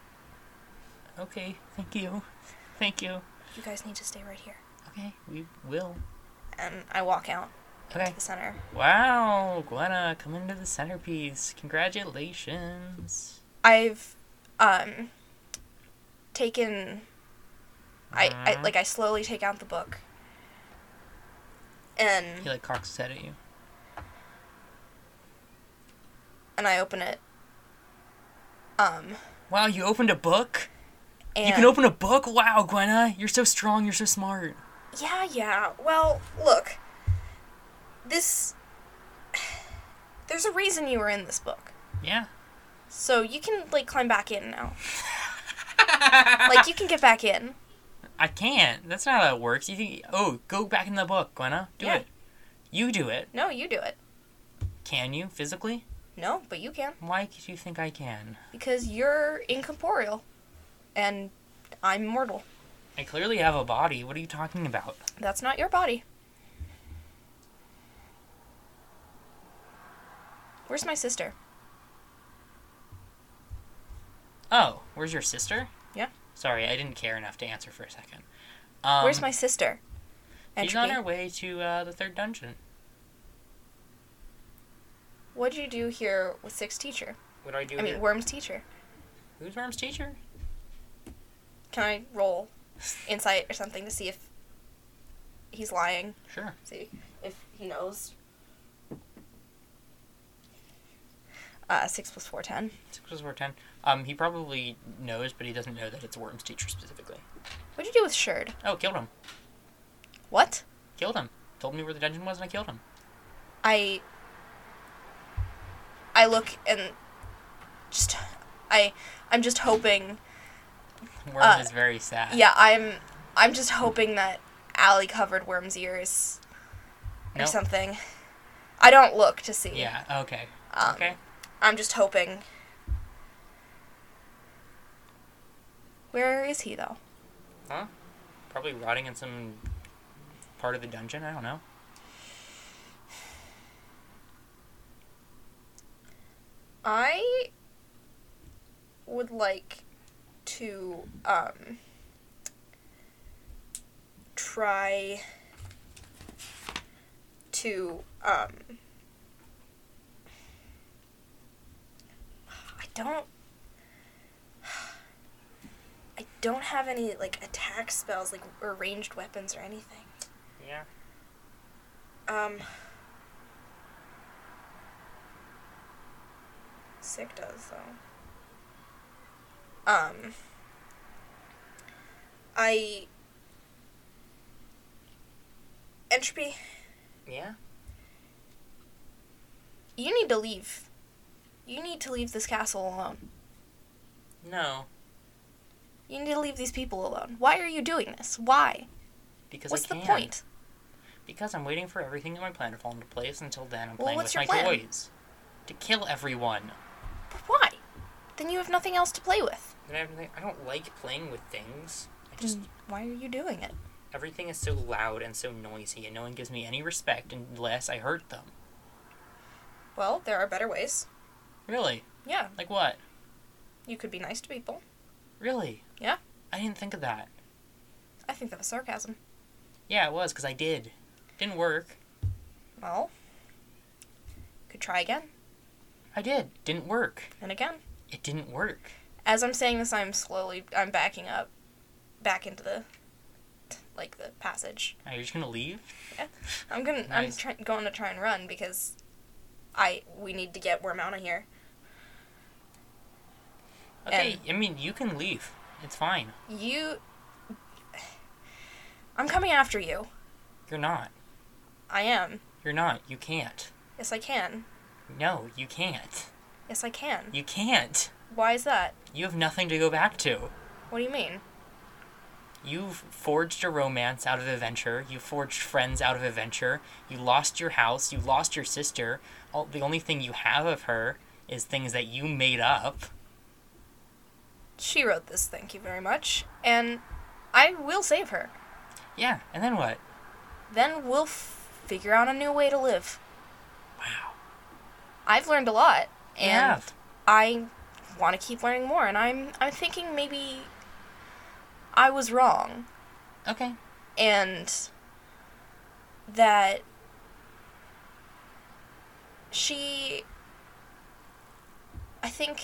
Okay. Thank you. Thank you. You guys need to stay right here. Okay. We will. And I walk out Okay. to the center. Wow, Glenna, come into the centerpiece. Congratulations. I've um taken I, I Mhm. like I slowly take out the book. He And like cocks his head at you. and I open it. Um Wow, you opened a book? and You can open a book? Wow, Gwenna, you're so strong, you're so smart. Yeah, yeah. Well, look. This There's a reason you were in this book. Yeah. So you can like climb back in now. like you can get back in. I can't. That's not how it works. You think oh, go back in the book, Gwenna. Do Yeah. it. You do it. No, you do it. Can you physically? No, but you can. Why do you think I can? because you're incorporeal and I'm mortal. I clearly have a body. What are you talking about? That's not your body. Where's my sister? Oh, where's your sister? Yeah. Sorry, I didn't care enough to answer for a second. Um, Where's my sister? She's on Entropy. her way to uh, the third dungeon. What'd you do here with Six teacher? What do I do? I mean, Worm's teacher. Who's Worm's teacher? Can I roll insight or something to see if he's lying? Sure. See if he knows. Uh, six plus four, ten. Six plus four, ten. Um, he probably knows, but he doesn't know that it's Worm's teacher specifically. What'd you do with Sherd? Oh, killed him. What? Killed him. Told me where the dungeon was, and I killed him. I I look and just I I'm just hoping Worm Uh, is very sad. yeah, I'm I'm just hoping that Allie covered Worm's ears or No. something. I don't look to see. Yeah. Okay. Um, okay. I'm just hoping. Where is he though? Probably rotting in some part of the dungeon. I don't know. I would like to um try to um I don't I don't have any like attack spells like or ranged weapons or anything. Yeah. Um Sick does though. Um I Entropy, Yeah. you need to leave. You need to leave this castle alone. No, You need to leave these people alone. Why are you doing this? Why? because What's I the can. point? Because I'm waiting for everything in my plan to fall into place. Until then, I'm Well, playing what's with your my plan? toys to kill everyone. But why? Then you have nothing else to play with. And I, have nothing- I don't like playing with things. I just Then why are you doing it? Everything is so loud and so noisy, and no one gives me any respect unless I hurt them. Well, there are better ways. Really? Yeah, Like what? you could be nice to people. Really? Yeah. I didn't think of that. I think that was sarcasm. Yeah, it was, because I did. Didn't work. Well, could try again I did. Didn't work. and again It didn't work. As I'm saying this, I'm slowly I'm backing up, back into the, like the passage. Are you just gonna leave? I'm gonna Nice. I'm try- going to try and run because, I we need to get Worm out of here. Okay, I mean you can leave. It's fine. You. I'm coming after you. You're not. I am. You're not. You can't. Yes, I can. No, you can't. Yes, I can. You can't. Why is that? You have nothing to go back to. What do you mean? You've forged a romance out of adventure. You forged friends out of adventure. You lost your house. You lost your sister. All, the only thing you have of her is things that you made up. She wrote this, thank you very much. And I will save her. Yeah, and then what? Then we'll f- figure out a new way to live. Wow. I've learned a lot, You and have. I want to keep learning more. And I'm I'm thinking maybe I was wrong, Okay. and that she. I think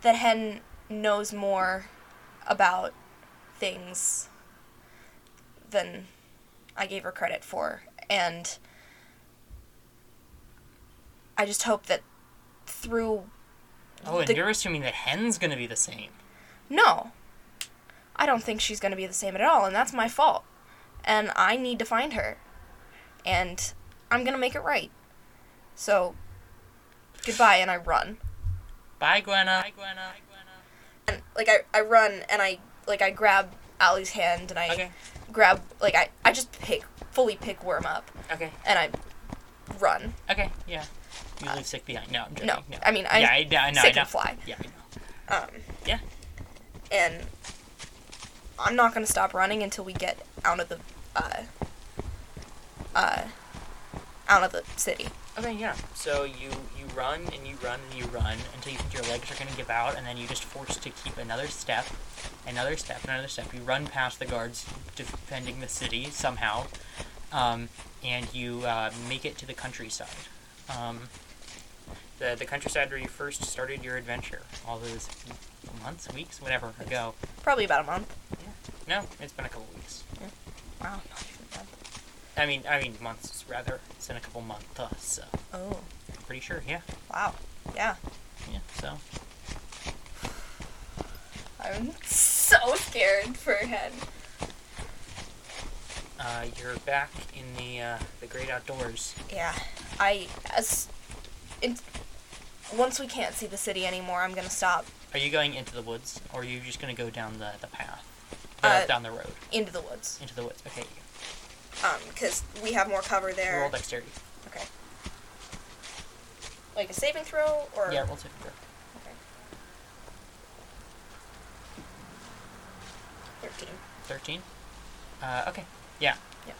that Hen knows more about things than I gave her credit for. And I just hope that through. Oh, and the- you're assuming that Hen's gonna be the same. No! I don't think she's going to be the same at all, and that's my fault. And I need to find her. And I'm going to make it right. So, goodbye, and I run. Bye, Gwenna. Bye, Gwenna. And, like, I, I run, and I, like, I grab Allie's hand, and I Okay. grab, like, I, I just pick, fully pick Worm up, Okay. and I run. Okay. Yeah. You leave sick behind. No, I'm joking. no, I mean, I- yeah, I, know, I know. I sick know. and fly. Yeah, I know. Um, Yeah. And I'm not gonna stop running until we get out of the uh, uh, out of the city. Okay, yeah. So you you run and you run and you run until you think your legs are gonna give out, and then you just force to keep another step, another step, another step. You run past the guards defending the city somehow, um, and you uh, make it to the countryside. Um, the the countryside where you first started your adventure all those months, weeks, whatever ago. Probably about a month. No, it's been a couple weeks. Wow. I mean, I mean months rather. It's been a couple months. uh, So Oh, I'm pretty sure. Yeah, wow. Yeah. yeah. So. I'm so scared for Hen. Uh, you're back in the uh, the great outdoors. Yeah. I as it, once we can't see the city anymore, I'm gonna stop Are you going into the woods, or are you just gonna go down the the path, the, Uh, down the road into the woods. into the woods? Okay, Um, because we have more cover there. roll dexterity. Okay. Like a saving throw or Yeah, roll saving throw. Okay. Thirteen. Thirteen. Uh, okay. Yeah.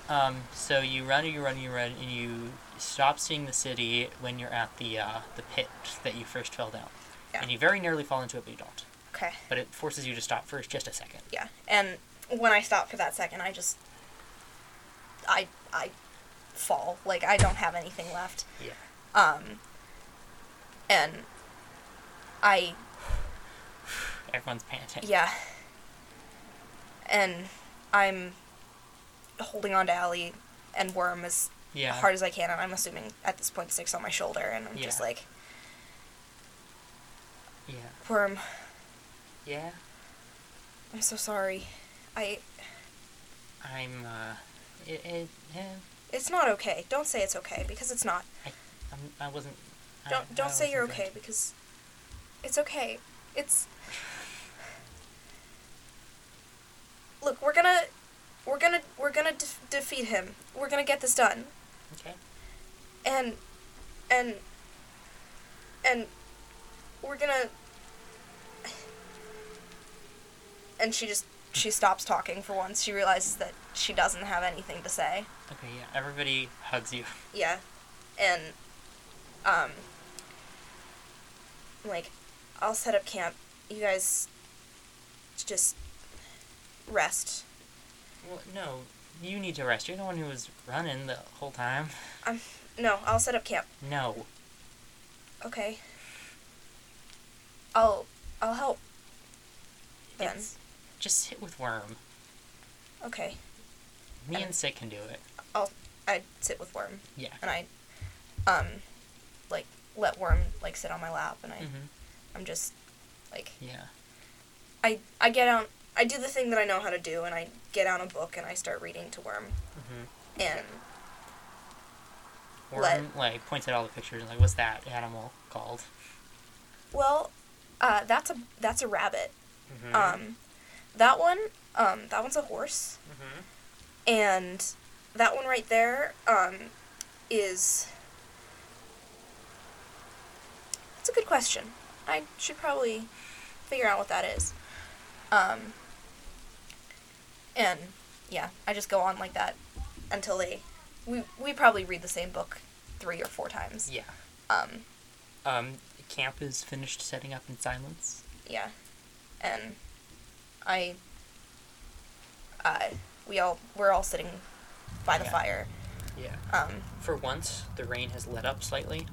Um, so you run and you run and you run and you stop seeing the city when you're at the uh, the pit that you first fell down, Yeah. and you very nearly fall into it, but you don't. Okay. But it forces you to stop for just a second. Yeah. And when I stop for that second, I just I I fall. Like I don't have anything left. Yeah. Um and I Everyone's panting. yeah. And I'm holding on to Allie and Worm as Yeah. hard as I can, and I'm assuming at this point sticks on my shoulder, and I'm just Yeah. like, Yeah. Worm, Yeah. I'm so sorry. I. I'm. Uh, it, it, eh. It's not okay. Don't say it's okay because it's not. I'm, I wasn't. I- Don't I don't say wasn't you're going okay to. because it's okay. It's Look, we're going to we're going to we're going to def- defeat him. We're going to get this done. Okay. And and and we're going to And she just she stops talking for once. She realizes that she doesn't have anything to say. Okay. Yeah. Everybody hugs you. Yeah. And um like I'll set up camp. You guys just rest. Well, no, you need to rest. You're the one who was running the whole time. I'm no, I'll set up camp. No. Okay. I'll I'll help. Then. It's just hit with worm. Okay. Me Okay. and Sid can do it. I sit with Worm Yeah. and I, um, like let Worm like sit on my lap and I Mm-hmm. Mhm. I'm just like Yeah. I I get out I do the thing that I know how to do and I get out a book and I start reading to Worm Mm-hmm. and Worm Let- like points at all the pictures and like, what's that animal called? well, uh, that's a that's a rabbit. Mm-hmm. Um, that one um that one's a horse mm-hmm. and that one right there um is. That's a good question. I should probably figure out what that is. Um, and yeah, I just go on like that until they. We we probably read the same book three or four times. Yeah. Um, Um, camp is finished setting up in silence. yeah, and I. Uh, we all we're all sitting by the Yeah. fire. Yeah. Um, For once, the rain has let up slightly,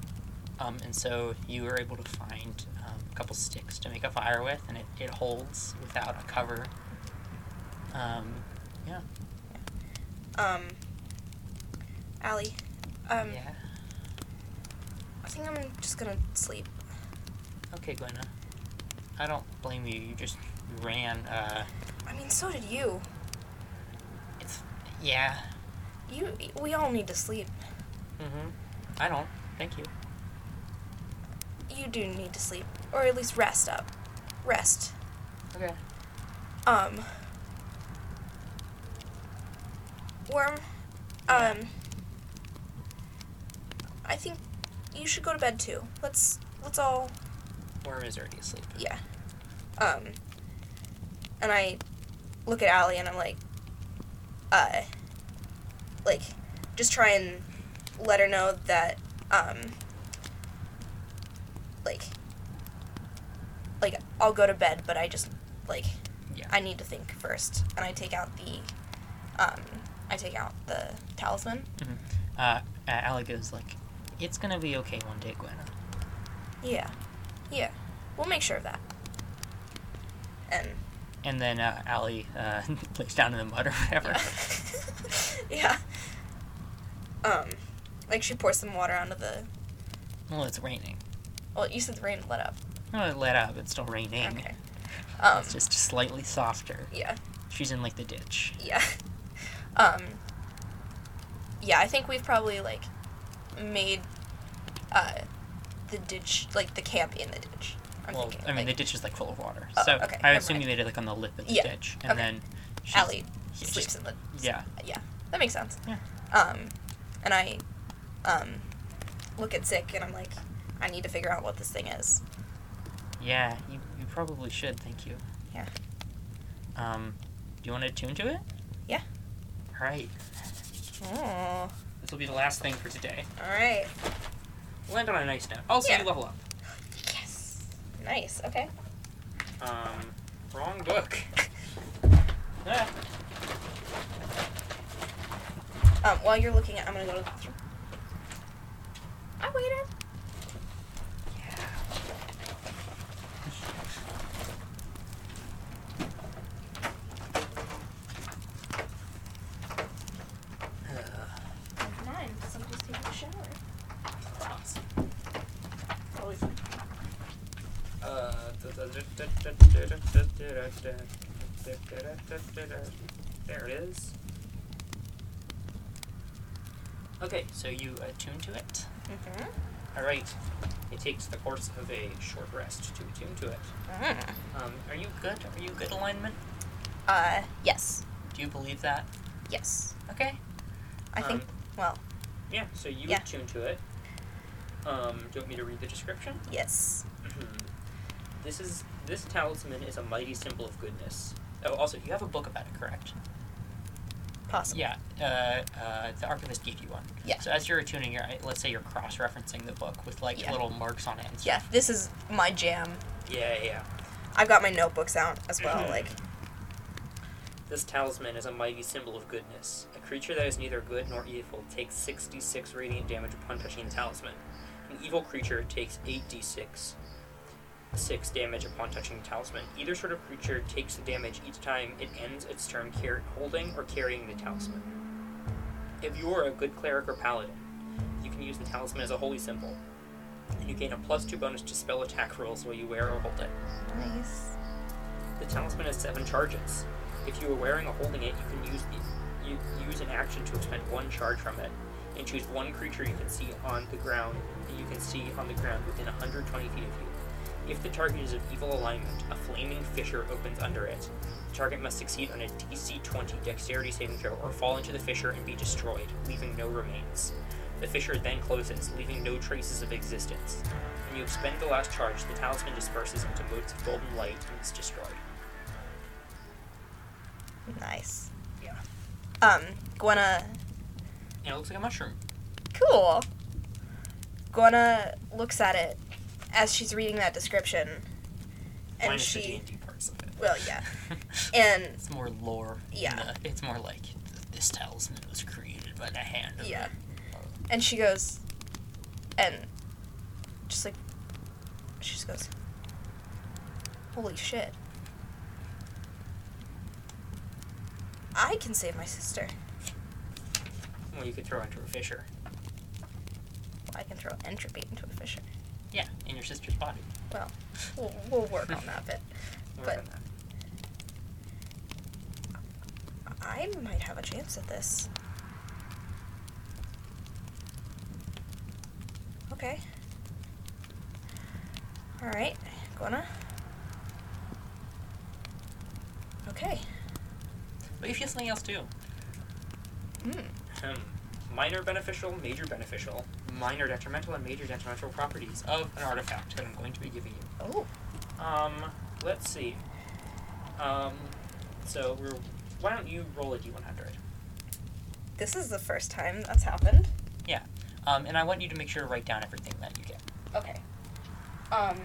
um, and so you were able to find um, a couple sticks to make a fire with, and it, it holds without a cover. Um, yeah. um. Allie, um, yeah. I think I'm just gonna sleep. Okay, Gwenna. I don't blame you. You just ran. Uh, I mean, so did you. it's yeah. You, we all need to sleep. Mm-hmm. I don't. Thank you. You do need to sleep, or at least rest up. Rest. Okay. Um. Worm. Yeah. Um. I think you should go to bed too. Let's let's all Worm is already asleep. yeah. Um. And I look at Allie and I'm like, uh, like, just try and let her know that um, like, like I'll go to bed, but I just like Yeah. I need to think first, and I take out the, um, I take out the talisman. Uh, uh, Allie goes like, "It's gonna be okay one day, Gwenna." Yeah, yeah, we'll make sure of that. And And then uh, Allie uh, lays down in the mud or whatever. yeah, um, like she pours some water onto the. Well, it's raining. Well, you said the rain let up. No, it let up. It's still raining. Okay. Um, It's just slightly softer. yeah, She's in like the ditch. yeah, um, yeah. I think we've probably like made uh the ditch like the camp in the ditch. I'm well, thinking, I mean, like, the ditch is like full of water. Oh, so okay, I never assume mind. you made it like on the lip of the Yeah, ditch, and okay. then she's, Allie yeah, she's- sleeps in the yeah, yeah. That makes sense. Yeah. Um, and I um look at sick and I'm like, I need to figure out what this thing is. yeah. You, you probably should. Thank you. Yeah. Um, do you want to tune to it? Yeah. All right. Oh, This will be the last thing for today. all right. Land on a nice note. Also, Yeah. you level up. Yes. Nice. Okay. Um, wrong book. Ah, Um, while you're looking at, I'm gonna go to the bathroom. I waited. Never mind. Somebody's taking a shower. Always. uh, there it is. Okay, so you attune to it. Mm-hmm. All right. It takes the course of a short rest to attune to it. Mm-hmm. Um, are you good? Are you good alignment? Uh, yes. Do you believe that? Yes. Okay. I Um, think. Well, Yeah. So you Yeah. attune to it. Um, do you want me to read the description? yes. Hmm. this is this talisman is a mighty symbol of goodness. Oh, also, you have a book about it, correct? Possible. Yeah, uh, uh, the archivist gave you one. Yeah. So as you're attuning your, let's say you're cross-referencing the book with like Yeah. little marks on it. And Yeah. This is my jam. Yeah, yeah. I've got my notebooks out as well. Like. This talisman is a mighty symbol of goodness. A creature that is neither good nor evil takes 66 radiant damage upon touching the talisman. An evil creature takes 8d6. six damage upon touching the talisman. Either sort of creature takes the damage each time it ends its turn car- holding or carrying the talisman. If you are a good cleric or paladin, you can use the talisman as a holy symbol, and you gain a plus two bonus to spell attack rolls while you wear or hold it. Nice. The talisman has seven charges. If you are wearing or holding it, you can use the, you use an action to expend one charge from it, and choose one creature you can see on the ground that you can see on the ground within 120 feet of you. If the target is of evil alignment, a flaming fissure opens under it. The target must succeed on a DC 20 Dexterity saving throw or fall into the fissure and be destroyed, leaving no remains. The fissure then closes, leaving no traces of existence. When you expend the last charge, the talisman disperses into motes of golden light and is destroyed. Nice. Yeah. Um, Gwenna. And it looks like a mushroom. Cool. Gwenna looks at it as she's reading that description. And Minus the she. D&D parts of it. Well, yeah. And It's more lore. than Yeah. the- it's more like this talisman was created by the hand of Yeah. And she goes, and just like, she just goes, holy shit. I can save my sister. Well, you could throw into a fissure. I can throw entropy into a fissure. Yeah, in your sister's body. We'll, we'll work on that bit. Work But- on that. I might have a chance at this. Okay. Alright, Gonna. Okay. But if you have something else too. Mm. Hmm. Minor beneficial, major beneficial, minor detrimental, and major detrimental properties of an artifact that I'm going to be giving you. Oh. Um, let's see. Um, so we're. Why don't you roll a d100? This is the first time that's happened. Um, and I want you to make sure to write down everything that you get, Okay. Um,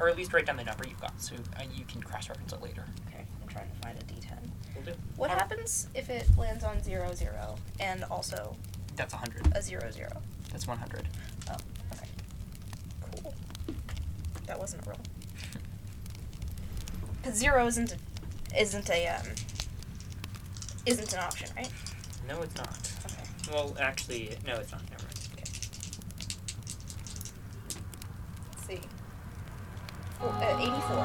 or at least write down the number you've got, so uh, you can cross-reference it later. okay, I'm trying to find a d10. Will do. What Oh. happens if it lands on zero zero and also That's 100. a zero zero? That's 100. Oh, Cool. That wasn't a roll. Cause zero isn't a, isn't a um isn't an option, right? No, it's not. Okay. Well, actually, no, it's not. Never mind. Let's see. Oh, uh, Eighty-four.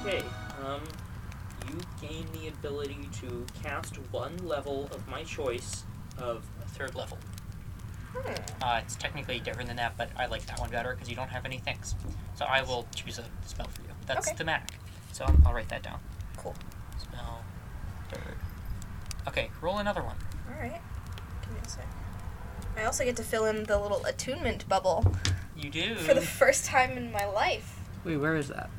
84. Yep. Okay, um, you gain the ability to cast one level of my choice of third level. Hmm. Uh, it's technically different than that, but I like that one better because you don't have any things. So I will choose a spell for you. That's Okay. the Mac. So I'll, I'll write that down. Cool. Spell third. Okay, roll another one. All right. Give me a sec. I also get to fill in the little attunement bubble You do. for the first time in my life Wait, where is that?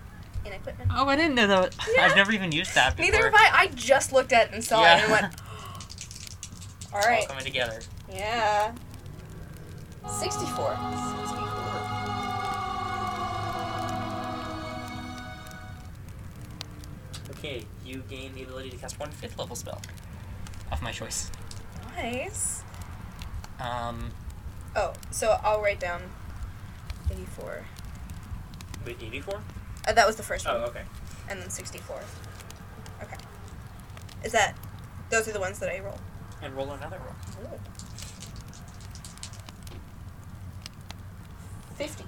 in equipment. Oh, I didn't know that. Yeah. I've never even used that before. Neither have I. I just looked at it and saw it and Yeah. went, all right, All coming together. yeah. 64. 64. Okay, you gain the ability to cast one fifth level spell Of my choice. Nice. Um, Oh, so I'll write down 84. Wait, 84? Uh, that was the first Oh, one, okay. and then 64. Okay. Is that, those are the ones that I roll. And roll another roll. 50.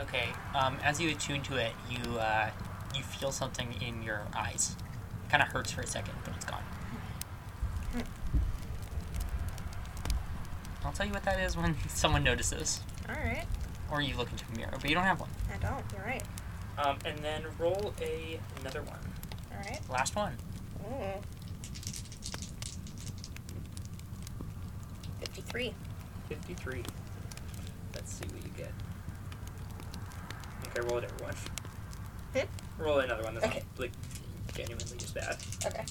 Okay. Um, as you attune to it, you uh, you feel something in your eyes. Kind of hurts for a second, but it's gone. I'll tell you what that is when someone notices, All right. or you look into a mirror, but you don't have one. I don't. You're right. Um, and then roll a another one. All right. Last one. Ooh. 53. 53. Let's see what you get. Okay, roll a different one. Hmm? Roll another one that's Okay. not, like genuinely just bad. Okay.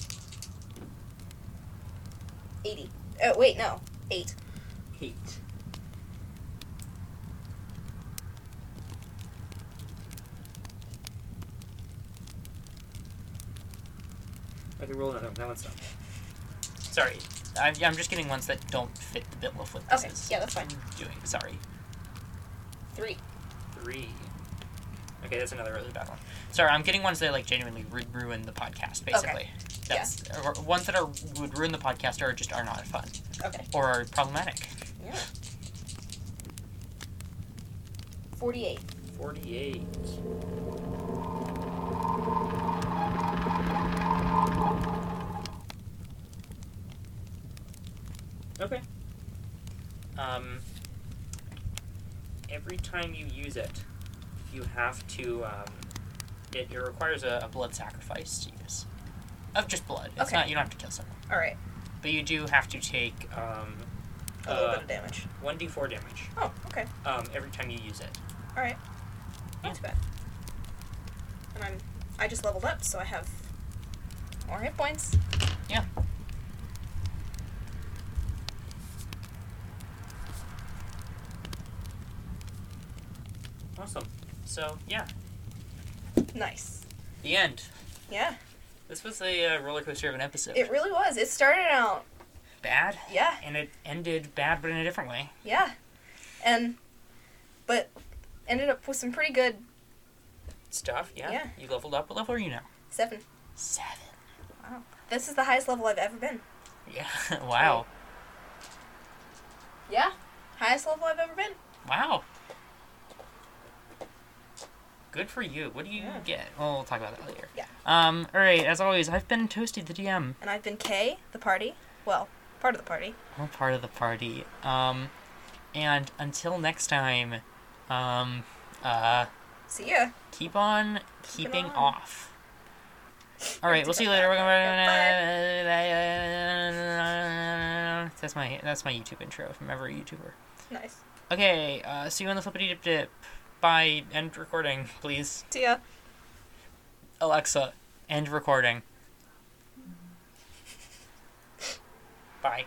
80. Oh, wait, no. 8. Eight. Okay, roll another one. That one's done. Sorry, I'm, I'm just getting ones that don't fit the bill of what this Okay, is yeah, that's fine. doing. Sorry. Three. Three. Okay, that's another really bad one. Sorry, I'm getting ones that like genuinely ru- ruin the podcast, basically. That's, or ones that are would ruin the podcast or just are not fun Okay. or are problematic. Yeah. Forty-eight. 48. Okay. Um, every time you use it, you have to. Um, it, it requires a, A blood sacrifice to use. Of just blood. It's Okay. not you don't have to kill someone. All right. But you do have to take um, A little uh, bit of damage. 1d4 damage Oh, okay. um, every time you use it. All right. Not too bad. And I'm. I just leveled up, so I have more hit points. Yeah. Awesome. So, yeah, Nice. the end. Yeah. This was a uh, roller coaster of an episode. It really was. It started out. bad. Yeah. And it ended bad, but in a different way. Yeah. And. But ended up with some pretty good stuff. Yeah. Yeah. You leveled up. What level are you now? seven. Seven. This is the highest level I've ever been. Yeah. wow. Yeah. Highest level I've ever been. Wow. Good for you. What do you Yeah. get? Well, we'll talk about that later. Yeah. Um. All right. As always, I've been Toasty the DM. And I've been K, the party. Well, part of the party. I'm a part of the party. Um, and until next time, um, uh, See ya. keep on keeping on. off. All right. We'll see you later. That's my that's my YouTube intro from every YouTuber. Nice. Okay, uh, see you on the flippity dip dip. Bye. End recording, please. See ya. Alexa, end recording. Bye.